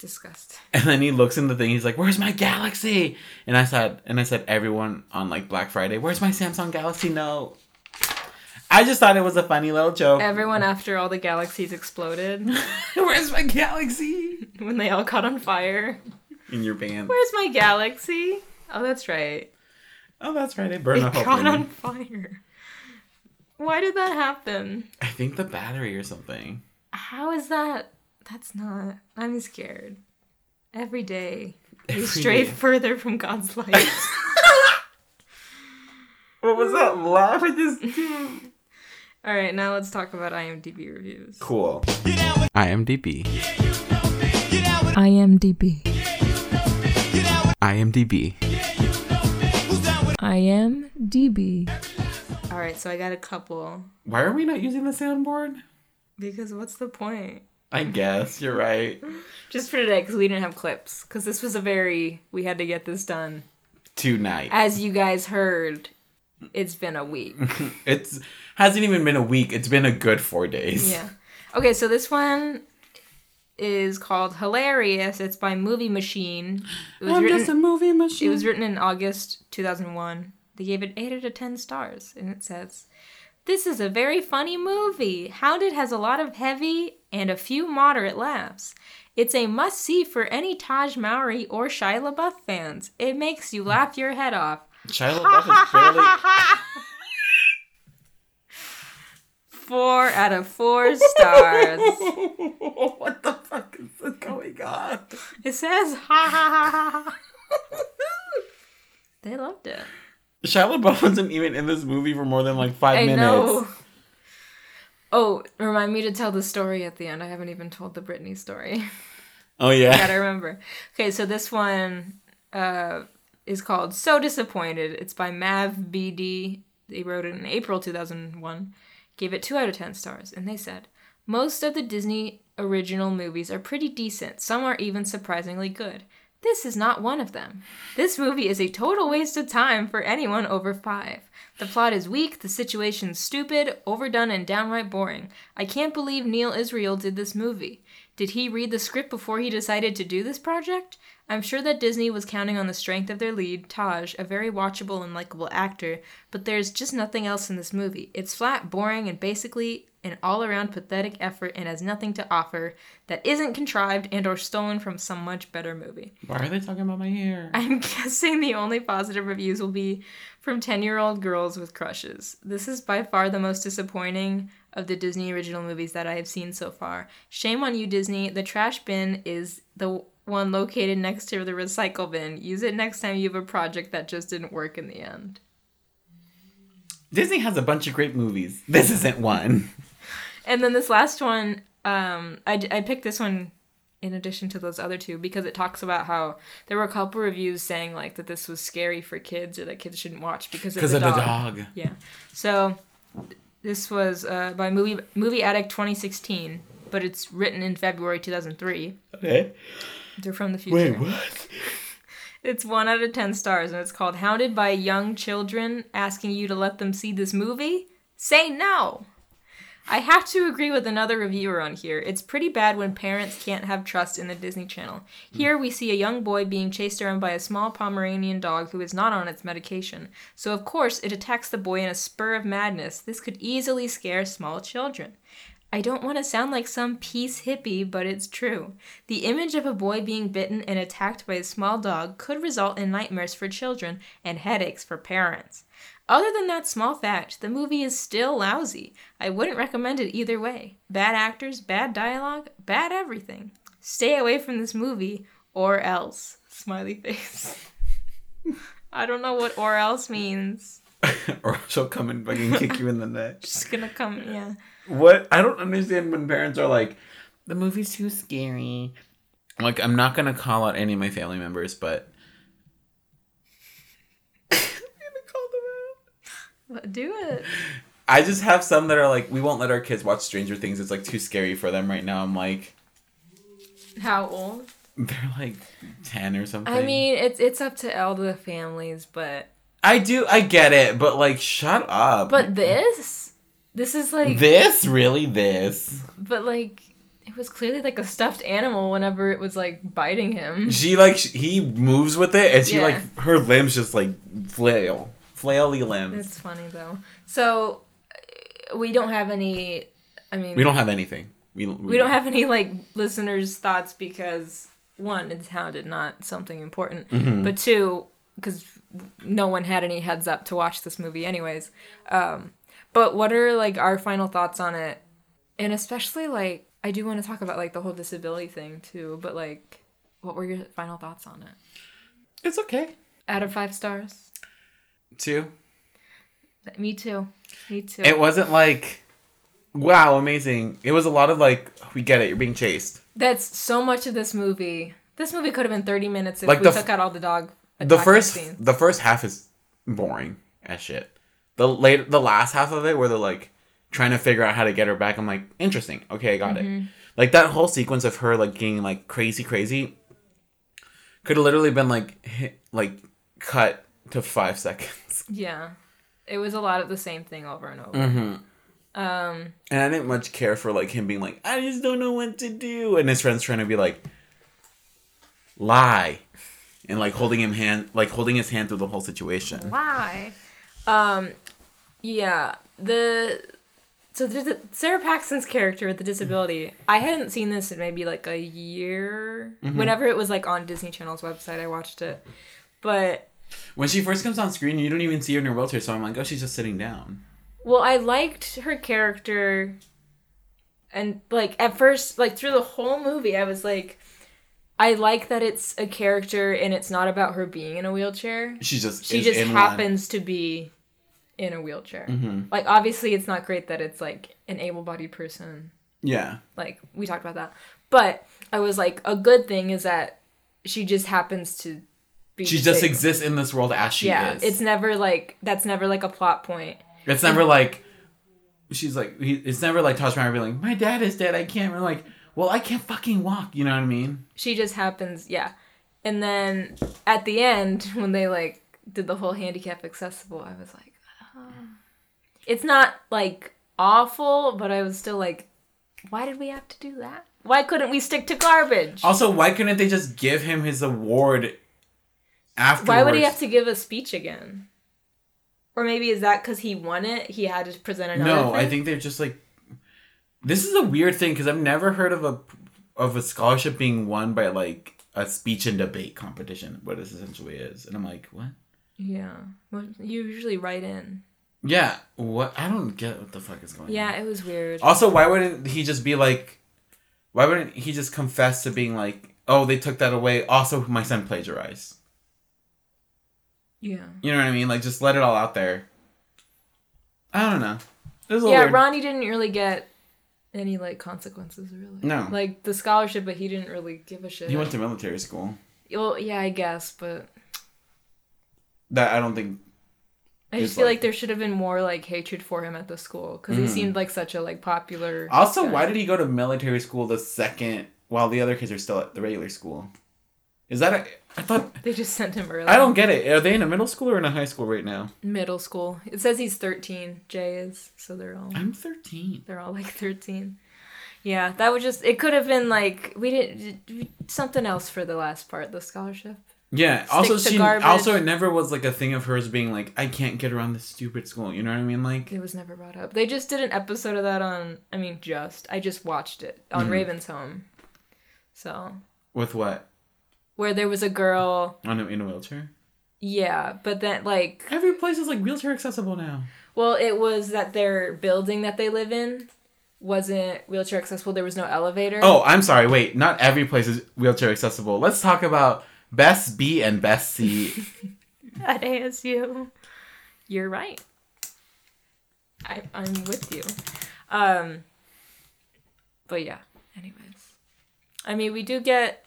S2: disgusted.
S3: And then he looks in the thing, he's like, Where's my galaxy? And I said and I said everyone on like Black Friday, Where's my Samsung Galaxy No. I just thought it was a funny little joke.
S2: Everyone after all the galaxies exploded,
S3: Where's my galaxy?
S2: when they all caught on fire.
S3: In your band.
S2: Where's my galaxy? Oh, that's right.
S3: Oh, that's right. It burned
S2: It
S3: up.
S2: caught on fire. Why did that happen?
S3: I think the battery or something.
S2: How is that? That's not. I'm scared. Every day, we
S3: Every
S2: stray
S3: day.
S2: further from God's light.
S3: What was that laugh I just
S2: All right, now let's talk about IMDb reviews.
S3: Cool. IMDb.
S2: IMDb.
S3: IMDb.
S2: IMDb. All right, so I got a couple
S3: Why are we not using the soundboard?
S2: because what's the point?
S3: I guess you're right.
S2: Just for today, because we didn't have clips. Because this was a very we had to get this done.
S3: Tonight.
S2: As you guys heard, it's been a week.
S3: It's hasn't even been a week. It's been a good four days.
S2: Yeah. Okay, so this one is called Hilarious. It's by Movie Machine. It was,
S3: I'm just a
S2: written,
S3: movie
S2: it
S3: machine.
S2: was written in August 2001. They gave it 8 out of 10 stars, and it says, This is a very funny movie. Hounded has a lot of heavy and a few moderate laughs. It's a must see for any Taj Mowry or Shia LaBeouf fans. It makes you laugh your head off.
S3: Shia LaBeouf is barely.
S2: Four out of four stars.
S3: what the fuck is this going on?
S2: It says ha ha ha ha. ha." they loved it.
S3: Shia LaBeouf wasn't even in this movie for more than like five
S2: I
S3: minutes.
S2: know. Oh, remind me to tell the story at the end. I haven't even told the Britney story.
S3: Oh yeah.
S2: Gotta remember. Okay, so this one uh, is called So Disappointed. It's by Mav BD. They wrote it in April 2001. Gave it 2 out of 10 stars. And they said, Most of the Disney original movies are pretty decent. Some are even surprisingly good. This is not one of them. This movie is a total waste of time for anyone over five. The plot is weak, the situation stupid, overdone, and downright boring. I can't believe Neil Israel did this movie. Did he read the script before he decided to do this project? I'm sure that Disney was counting on the strength of their lead, Taj, a very watchable and likable actor, but there's just nothing else in this movie. It's flat, boring, and basically an all-around pathetic effort and has nothing to offer that isn't contrived and or stolen from some much better movie.
S3: Why are they talking about my hair?
S2: I'm guessing the only positive reviews will be from 10 year old girls with crushes. This is by far the most disappointing of the Disney original movies that I have seen so far. Shame on you, Disney. The trash bin is the one located next to the recycle bin. Use it next time you have a project that just didn't work in the end.
S3: Disney has a bunch of great movies. This isn't one.
S2: And then this last one, um, I, I picked this one in addition to those other two because it talks about how there were a couple reviews saying like that this was scary for kids or that kids shouldn't watch because of,
S3: Because
S2: the,
S3: of the
S2: dog.
S3: dog.
S2: Yeah. So th- this was uh, by movie Movie Addict 2016, but it's written in February 2003.
S3: Okay.
S2: They're from the future.
S3: Wait, what?
S2: It's one out of ten stars, and it's called "Hounded by Young Children Asking You to Let Them See This Movie." Say no. I have to agree with another reviewer on here. It's pretty bad when parents can't have trust in the Disney Channel. Here we see a young boy being chased around by a small Pomeranian dog who is not on its medication. So, of course, it attacks the boy in a spur of madness. This could easily scare small children. I don't want to sound like some peace hippie, but it's true. The image of a boy being bitten and attacked by a small dog could result in nightmares for children and headaches for parents. Other than that small fact, the movie is still lousy. I wouldn't recommend it either way. Bad actors, bad dialogue, bad everything. Stay away from this movie, or else. Smiley face. I don't know what or else means.
S3: or she'll come and fucking kick you in the neck.
S2: Just gonna come, yeah.
S3: What I don't understand when parents are like, the movie's too scary. Like I'm not gonna call out any of my family members, but I'm gonna call them out.
S2: Do it.
S3: I just have some that are like, we won't let our kids watch Stranger Things. It's like too scary for them right now. I'm like,
S2: How old?
S3: they're like 10 or something.
S2: I mean, it's it's up to elder families, but
S3: I do, I get it, but like, shut up.
S2: but this, this is like,
S3: this, really, this.
S2: but like, it was clearly like a stuffed animal whenever it was like biting him.
S3: She like, sh- he moves with it and she
S2: Yeah.
S3: like, her limbs just like flail. Flaily limbs.
S2: It's funny though. So uh, we don't have any. I mean,
S3: we don't have anything. We, we,
S2: we don't have any like listeners' thoughts because one, it sounded not something important,
S3: Mm-hmm.
S2: but two, because no one had any heads up to watch this movie, anyways. Um, but what are like our final thoughts on it, and especially like I do want to talk about like the whole disability thing too, but like, what were your final thoughts on it?
S3: It's okay.
S2: Out of five stars,
S3: Two.
S2: me too, me too.
S3: It wasn't like, wow, amazing. It was a lot of like, we get it, you're being chased.
S2: That's so much of this movie. This movie could have been 30 minutes if
S3: Like
S2: we
S3: the f-
S2: took out all the dog.
S3: the
S2: attacking
S3: first
S2: scenes.
S3: the first half is boring as shit. The late the last half of it where they're like trying to figure out how to get her back. I'm like, interesting. Okay, I got it. Like that whole sequence of her like getting like crazy crazy could have literally been like hit, like cut to 5 seconds.
S2: Yeah. It was a lot of the same thing over and over. Um,
S3: And I didn't much care for like him being like, I just don't know what to do and his friends trying to be like lie and like holding him hand like holding his hand through the whole situation.
S2: why? Um, yeah. The so there's a, Sarah Paxton's character with the disability. I hadn't seen this in maybe like a year. Whenever it was like on Disney Channel's website, I watched it. But
S3: When she first comes on screen, you don't even see her in her wheelchair, so I'm like, oh, she's just sitting down.
S2: Well, I liked her character, and like at first, like through the whole movie, I was like, I like that it's a character and it's not about her being in a wheelchair.
S3: She's just
S2: She
S3: is
S2: just
S3: in Mm-hmm.
S2: happens to be in a wheelchair. Like obviously, it's not great that it's like an able-bodied person.
S3: One. Yeah,
S2: Like we talked about that, but I was like, a good thing is that she just happens to be.
S3: she just
S2: sick.
S3: exists in this world as she
S2: Yeah,
S3: is.
S2: it's
S3: It's
S2: never like that's never like a plot point.
S3: it's never like she's like he, it's never like Tosh Meyer being like, my dad is dead, I can't. We're like, well, I can't fucking walk. You know what I mean?
S2: she just happens yeah and then at the end when they like did the whole handicap accessible i was like um, it's not like awful but i was still like why did we have to do that why couldn't we stick to garbage
S3: Also, why couldn't they just give him his award afterwards?
S2: why would he have to give a speech again or maybe is that because he won it he had to present another
S3: No,
S2: thing?
S3: I think they're just like. This is a weird thing because I've never heard of a of a scholarship being won by like a speech and debate competition. What this essentially is, and I'm like, what?
S2: yeah well, you usually write in
S3: Yeah, what? I don't get what the fuck is going on.
S2: yeah it was weird
S3: Also, why wouldn't he just be like, why wouldn't he just confess to being like, oh, they took that away. Also, my son plagiarized.
S2: yeah
S3: You know what I mean? Like, just let it all out there. I don't know. It was a
S2: yeah
S3: weird.
S2: ronnie didn't really get any like consequences really
S3: No.
S2: like the scholarship but he didn't really give a shit
S3: He went to military school.
S2: well yeah i guess but
S3: That I don't think.
S2: i
S3: He's
S2: just feel
S3: like-
S2: like, there should have been more like hatred for him at the school because
S3: Mm.
S2: he seemed like such a like popular
S3: Also,
S2: guy.
S3: why did he go to military school the second while the other kids are still at the regular school? Is that a? I thought
S2: they just sent him early
S3: I don't get it. Are they in a middle school or in a high school right now?
S2: middle school it says he's 13 jay is so they're all
S3: I'm 13.
S2: they're all like 13 yeah that would just it could have been like we didn't something else for the last part the scholarship
S3: Yeah. also,
S2: to
S3: she
S2: garbage.
S3: also it never was like a thing of hers being like, I can't get around this stupid school. You know what I mean? Like,
S2: It was never brought up. They just did an episode of that on. I mean, just I just watched it on Raven's Home, so
S3: with what
S2: where there was a girl.
S3: on a, in a wheelchair?
S2: Yeah, but then like,
S3: Every place is like wheelchair accessible now.
S2: well, it was that their building that they live in wasn't wheelchair accessible. There was no elevator.
S3: Oh, I'm sorry. Wait, not every place is wheelchair accessible. Let's talk about best B and best C.
S2: at ASU, you're right. I I'm with you. Um, but yeah. Anyways, I mean, we do get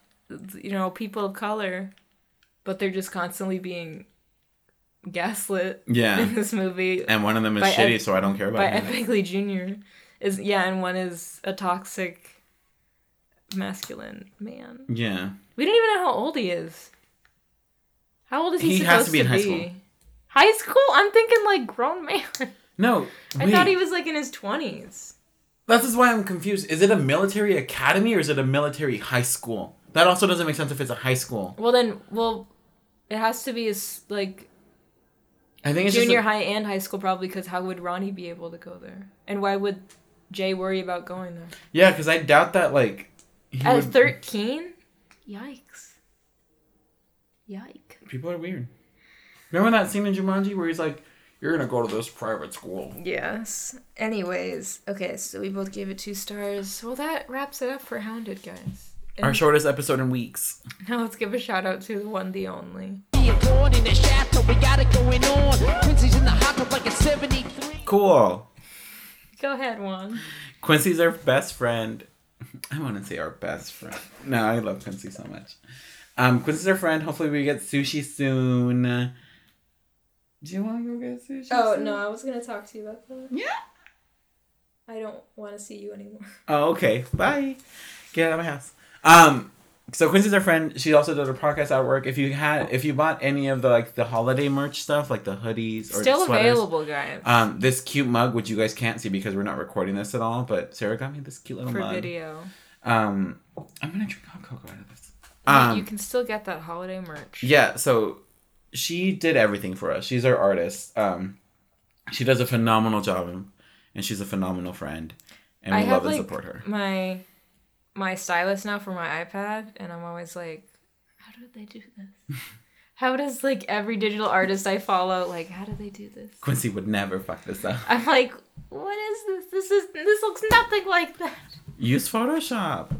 S2: you know people of color, but they're just constantly being gaslit in
S3: Yeah.
S2: this movie
S3: And one of them is
S2: By
S3: shitty,
S2: Ed-
S3: so I don't care
S2: by
S3: about
S2: Ed
S3: it.
S2: Begley Jr. Is yeah, and one is a toxic masculine man.
S3: Yeah.
S2: We don't even know how old he is. How old is he?
S3: He has
S2: supposed
S3: to be in high school.
S2: High school? I'm thinking like grown man.
S3: No.
S2: I
S3: wait.
S2: thought he was like in his twenties.
S3: This is why I'm confused. Is it a military academy or is it a military high school? That also doesn't make sense if it's a high school.
S2: Well then, well, it has to be his like
S3: I think it's
S2: junior
S3: just a-
S2: high and high school probably because how would Ronnie be able to go there? And why would Jay worry about going there
S3: yeah, because I doubt that like he
S2: at
S3: would-
S2: thirteen? Yikes! Yike!
S3: people are weird. Remember that scene in Jumanji where he's like, "You're gonna go to this private school."
S2: Yes. Anyways, okay, so we both gave it two stars. Well, that wraps it up for Hounded, guys. And
S3: Our shortest episode in weeks.
S2: now let's give a shout out to the one, the only.
S5: You're born in the shaft, but we got it going on. Quincy's in the hot tub like a 73.
S3: Cool.
S2: Go ahead, Juan.
S3: Quincy's our best friend. I want to say our best friend. No, I love Quincy so much. Um, Quincy's our friend. Hopefully, we get sushi soon. Do you want to go get sushi? soon?
S2: Oh, I was gonna talk to you about that. Yeah. I don't want to see you anymore.
S3: Oh, okay. Bye. Get out of my house. Um, so Quincy's our friend. She also does her podcast at work. If you had, if you bought any of the like the holiday merch stuff, like the hoodies or
S2: Still
S3: sweaters,
S2: available, guys.
S3: Um, this cute mug, which you guys can't see because we're not recording this at all, but Sarah got me this cute little
S2: for
S3: mug.
S2: video.
S3: Um, I'm gonna drink hot cocoa out of this.
S2: But
S3: Um,
S2: you can still get that holiday merch.
S3: yeah so she did everything for us she's our artist um she does a phenomenal job and- and she's a phenomenal friend and we love and support her
S2: my my stylus now for my iPad, and I'm always like, how do they do this? how does like every digital artist I follow like how do they do this?
S3: quincy would never fuck this up
S2: I'm like, what is this? This is this looks nothing like that.
S3: use photoshop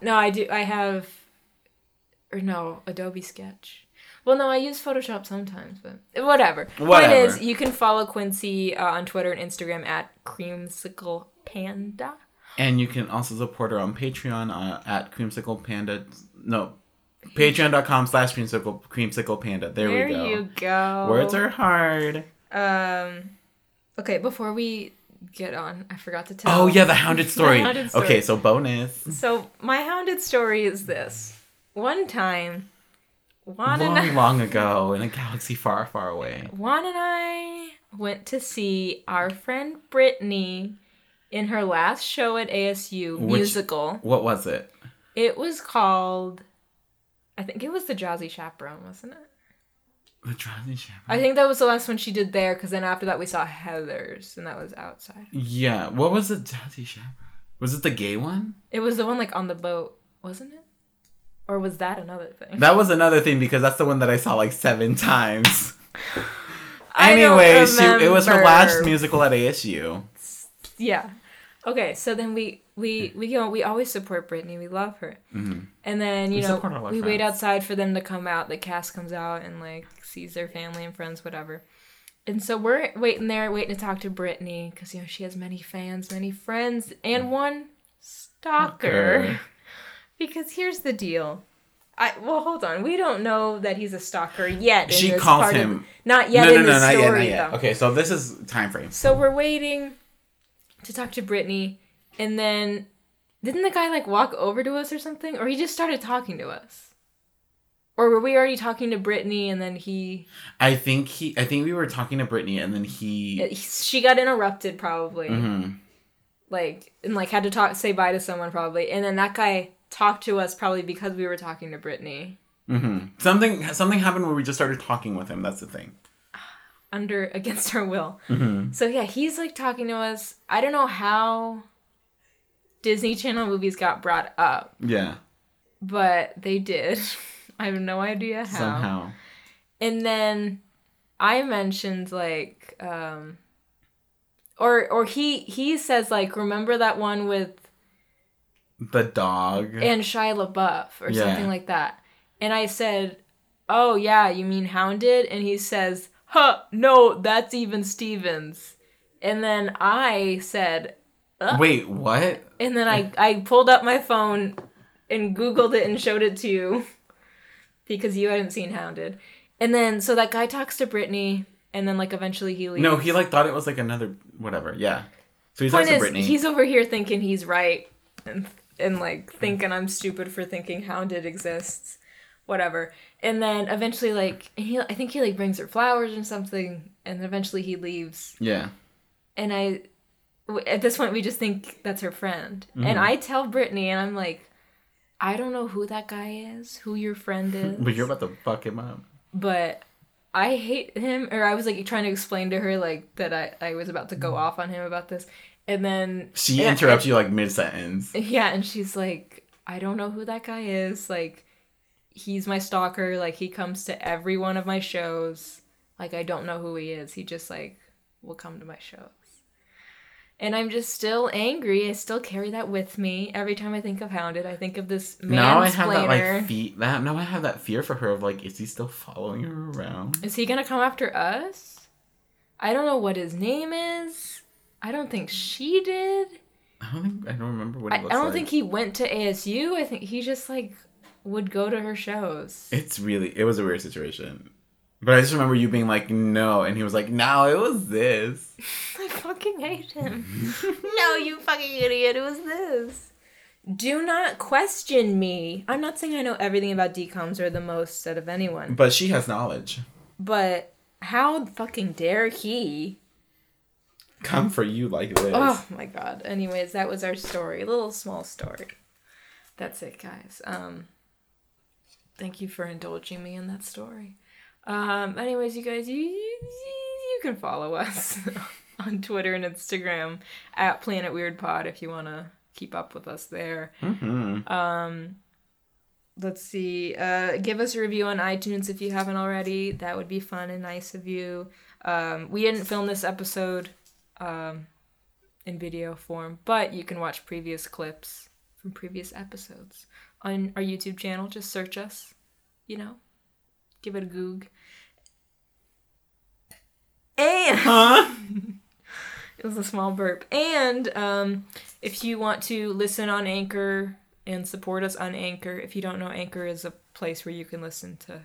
S2: No, I do. I have, or no, Adobe Sketch. Well, no, I use Photoshop sometimes, but whatever. Point
S3: Whatever.
S2: is, you can follow Quincy uh, on Twitter and Instagram at creamsicle panda.
S3: and you can also support her on patreon uh, at creamsicle panda no patreon.com slash creamsicle creamsicle panda there,
S2: There
S3: we go
S2: you go.
S3: words are hard
S2: Um, okay, before we get on, I forgot to tell.
S3: oh yeah the hounded story,
S2: Hounded story.
S3: okay so bonus
S2: So my hounded story is this: one time, Juan and I-
S3: long long ago in a galaxy far far away
S2: Juan and I went to see our friend Brittany in her last show at ASU
S3: Which-
S2: musical.
S3: what was it
S2: It was called, I think it was the Jazzy Chaperone, wasn't it?
S3: the drowning shepherd
S2: I think that was the last one she did there because then after that we saw Heather's and that was outside.
S3: Yeah. What was the Jazzy Chaperone? Was it the gay one?
S2: It was the one like on the boat, wasn't it? Or was that another thing?
S3: That was another thing because that's the one that I saw like seven times.
S2: I don't
S3: anyway, she, it was her last
S2: remember.
S3: musical at ASU.
S2: Yeah. Okay, so then we we we go. We always support Britney. We love her. And then
S3: Mm-hmm. We
S2: you know
S3: support all our
S2: we wait
S3: friends.
S2: outside for them to come out. The cast comes out and like sees their family and friends, whatever. And so we're waiting there, waiting to talk to Brittany because you know she has many fans, many friends, and one stalker.
S3: Mm. Okay.
S2: because here's the deal. I, well, hold on. We don't know that he's a stalker yet. in
S3: She
S2: this
S3: calls
S2: part of-
S3: him-
S2: not yet in the story, though.
S3: Okay, so this is time frame.
S2: So we're waiting to talk to Brittany, and then didn't the guy like walk over to us or something, or he just started talking to us, or were we already talking to Brittany and then he,
S3: I think he. I think we were talking to Brittany, and then he.
S2: he- she got interrupted probably,
S3: Mhm.
S2: like and like had to talk say bye to someone probably, and then that guy talked to us probably because we were talking to Brittany
S3: Mhm. Something something happened where we just started talking with him. That's the thing.
S2: under against our will. So yeah, he's like talking to us. I don't know how Disney Channel movies got brought up.
S3: Yeah.
S2: but they did. I have no idea how.
S3: Somehow.
S2: And then I mentioned like um or or he he says like remember that one with
S3: The dog.
S2: and Shia LaBeouf or
S3: Yeah.
S2: something like that. And I said, "Oh yeah, you mean Hounded?" And he says, "Huh, no, that's even Stevens." And then I said,
S3: Wait, what?
S2: and then I I pulled up my phone and googled it and showed it to you because you hadn't seen Hounded. And then so that guy talks to Brittany, and then like eventually he leaves.
S3: No, he like thought it was like another whatever. Yeah. So he's
S2: Point
S3: also
S2: is,
S3: Brittany.
S2: he's over here thinking he's right, and and like thinking I'm stupid for thinking Hounded exists, whatever. And then eventually, like he, I think he like brings her flowers or something, and eventually he leaves.
S3: yeah.
S2: and I, w- at this point, we just think that's her friend.
S3: Mm-hmm.
S2: And I tell Brittany, and I'm like, I don't know who that guy is, who your friend is,
S3: But you're about to fuck him up.
S2: but I hate him. Or I was like trying to explain to her like that I, I was about to
S3: Mm.
S2: go off on him about this, and then
S3: She
S2: and-
S3: interrupts you like mid sentence.
S2: Yeah, and she's like, I don't know who that guy is. Like, he's my stalker. Like, he comes to every one of my shows. Like, I don't know who he is. He just, like, will come to my shows. And I'm just still angry. I still carry that with me. Every time I think of Hounded, I think of this mansplainer.
S3: Now I have that like feet that now I have that fear for her of like, is he still following her around?
S2: Is he gonna come after us? I don't know what his name is. I don't think she did.
S3: I don't think I don't remember what
S2: I,
S3: it
S2: I
S3: looks
S2: don't
S3: like.
S2: think he went to ASU. I think he just like would go to her shows.
S3: It's really it was a weird situation. But I just remember you being like, no, and he was like, No, it was this.
S2: I fucking hate him. no, you fucking idiot. It was this. Do not question me. I'm not saying I know everything about decoms or the most out of anyone,
S3: But she has knowledge.
S2: but how fucking dare he?
S3: Come for you like this.
S2: Oh my god. Anyways, that was our story. Little small story. That's it, guys. Um thank you for indulging me in that story. Um anyways, you guys, you you, you can follow us on Twitter and Instagram at Planet Weird Pod if you want to keep up with us there. Um Let's see. Uh, give us a review on iTunes if you haven't already. That would be fun and nice of you. Um, we didn't film this episode in video form, but you can watch previous clips from previous episodes on our YouTube channel. Just search us, you know, give it a goog. And it was a small burp. And um, if you want to listen on Anchor and support us on Anchor, if you don't know, Anchor is a place where you can listen to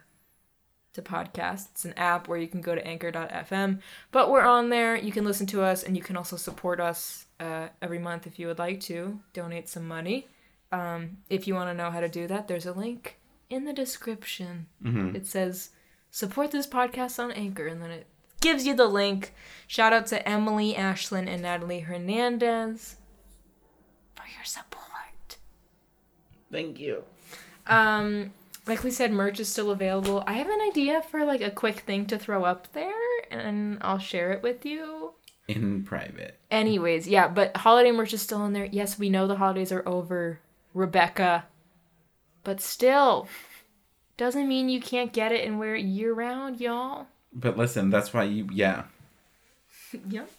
S2: to podcasts. It's an app where you can go to anchor.fm, but we're on there. You can listen to us and you can also support us uh, every month if you would like to. Donate some money. Um, if you want to know how to do that, there's a link in the description. It says support this podcast on Anchor, and then it gives you the link. Shout out to Emily Ashlyn and Natalie Hernandez for your support.
S3: Thank you.
S2: Um, like we said, merch is still available. I have an idea for like a quick thing to throw up there, and I'll share it with you.
S3: In private.
S2: Anyways, yeah, but holiday merch is still in there. Yes, we know the holidays are over, Rebecca, but still, doesn't mean you can't get it and wear it year round, y'all.
S3: But listen, that's why you yeah.
S2: Yep.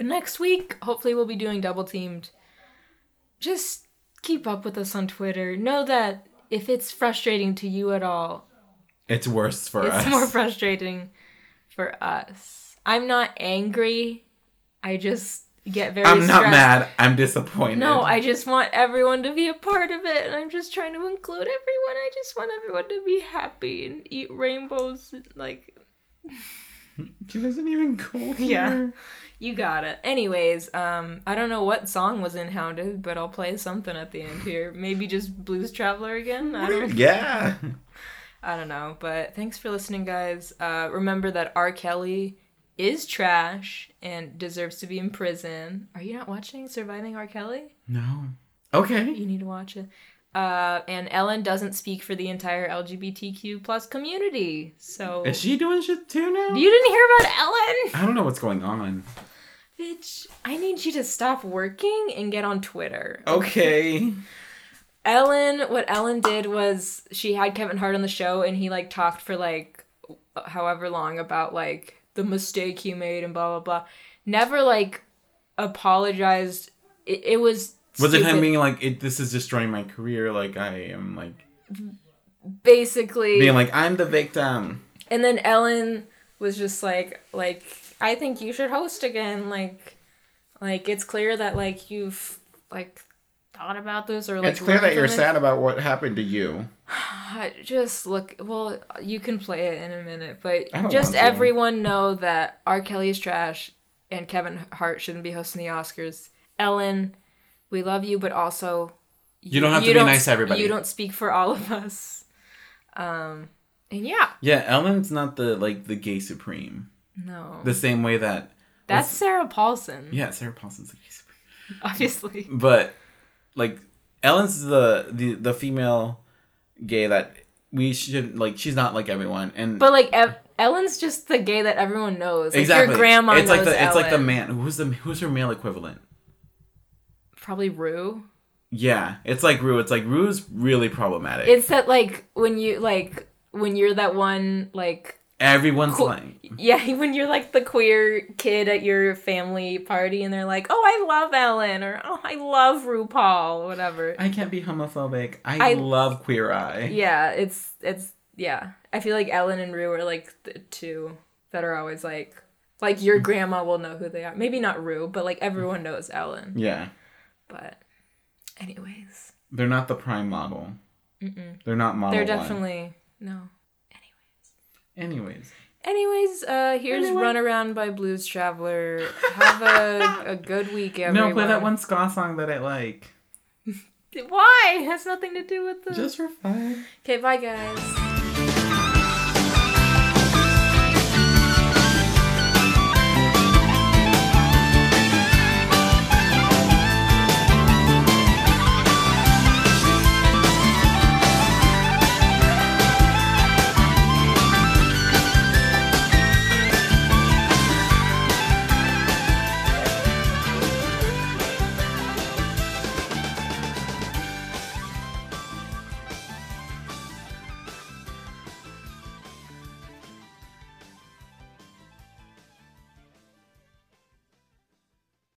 S2: Next week, hopefully, we'll be doing double teamed. Just keep up with us on Twitter. Know that if it's frustrating to you at all,
S3: It's worse for
S2: It's
S3: us.
S2: more frustrating for us. I'm not angry. I just get very.
S3: I'm not
S2: stressed.
S3: mad. I'm disappointed.
S2: No, I just want everyone to be a part of it, and I'm just trying to include everyone. I just want everyone to be happy and eat rainbows. and, Like,
S3: She doesn't even go.
S2: yeah, you got it. Anyways, um, I don't know what song was in Hounded, but I'll play something at the end here. Maybe just Blues Traveler again. I don't.
S3: Yeah.
S2: I don't know, but thanks for listening, guys. Uh, remember that R. Kelly is trash and deserves to be in prison. Are you not watching Surviving R. Kelly?
S3: No. Okay.
S2: You need to watch it. Uh, and Ellen doesn't speak for the entire LGBTQ plus community, so
S3: Is she doing shit too now?
S2: you didn't hear about Ellen,
S3: I don't know what's going on.
S2: bitch. I need you to stop working and get on Twitter.
S3: Okay.
S2: Ellen, what Ellen did was she had Kevin Hart on the show and he like talked for like however long about like the mistake he made and blah blah blah. Never like apologized. It, it was
S3: Was it him
S2: stupid.
S3: being like, it, this is destroying my career? Like, I am like,
S2: basically
S3: being like, I'm the victim.
S2: and then Ellen was just like like I think you should host again like like it's clear that like you've like thought about this or like.
S6: it's clear that
S2: learned
S6: you're
S2: from it.
S6: sad about what happened to you.
S2: I just look. Well, you can play it in a minute, but
S6: I don't want
S2: just
S6: to.
S2: everyone know that R. Kelly is trash, and Kevin Hart shouldn't be hosting the Oscars. Ellen, we love you, but also
S3: You don't have to be nice to everybody.
S2: You don't speak for all of us. Um, and yeah,
S3: Yeah, Ellen's not the like the gay supreme.
S2: no,
S3: The same way that
S2: that's Sarah Paulson,
S3: yeah, Sarah Paulson's the gay supreme.
S2: obviously.
S3: but like Ellen's the the the female gay that we should like. She's not like everyone, and
S2: But like, ev- Ellen's just the gay that everyone knows. Like,
S3: exactly
S2: Your grandma
S3: It's
S2: knows
S3: like the it's like the
S2: Ellen.
S3: man who's the who's her male equivalent.
S2: Probably Rue.
S3: Yeah, it's like Rue. It's like Rue's really problematic.
S2: It's that like when you like when you're that one like
S3: Everyone's
S2: Cool.
S3: lying.
S2: Yeah, when you're like the queer kid at your family party and they're like, "Oh, I love Ellen," or "Oh, I love RuPaul," or whatever.
S3: I can't be homophobic. I,
S2: I-
S3: love Queer Eye.
S2: yeah, it's it's yeah. I feel like Ellen and Rue are like the two that are always like like
S3: Mm.
S2: your grandma will know who they are. Maybe not Rue, but like everyone knows Ellen.
S3: Yeah.
S2: But anyways,
S3: They're not the prime model. They're not model.
S2: they're
S3: one.
S2: definitely no.
S3: Anyways,
S2: Anyways, uh here's Run Around by Blues Traveler. Have a, a good week everyone.
S3: no, play that one ska song that I like.
S2: Why? It has nothing to do with the
S3: Just for fun.
S2: Okay, bye guys.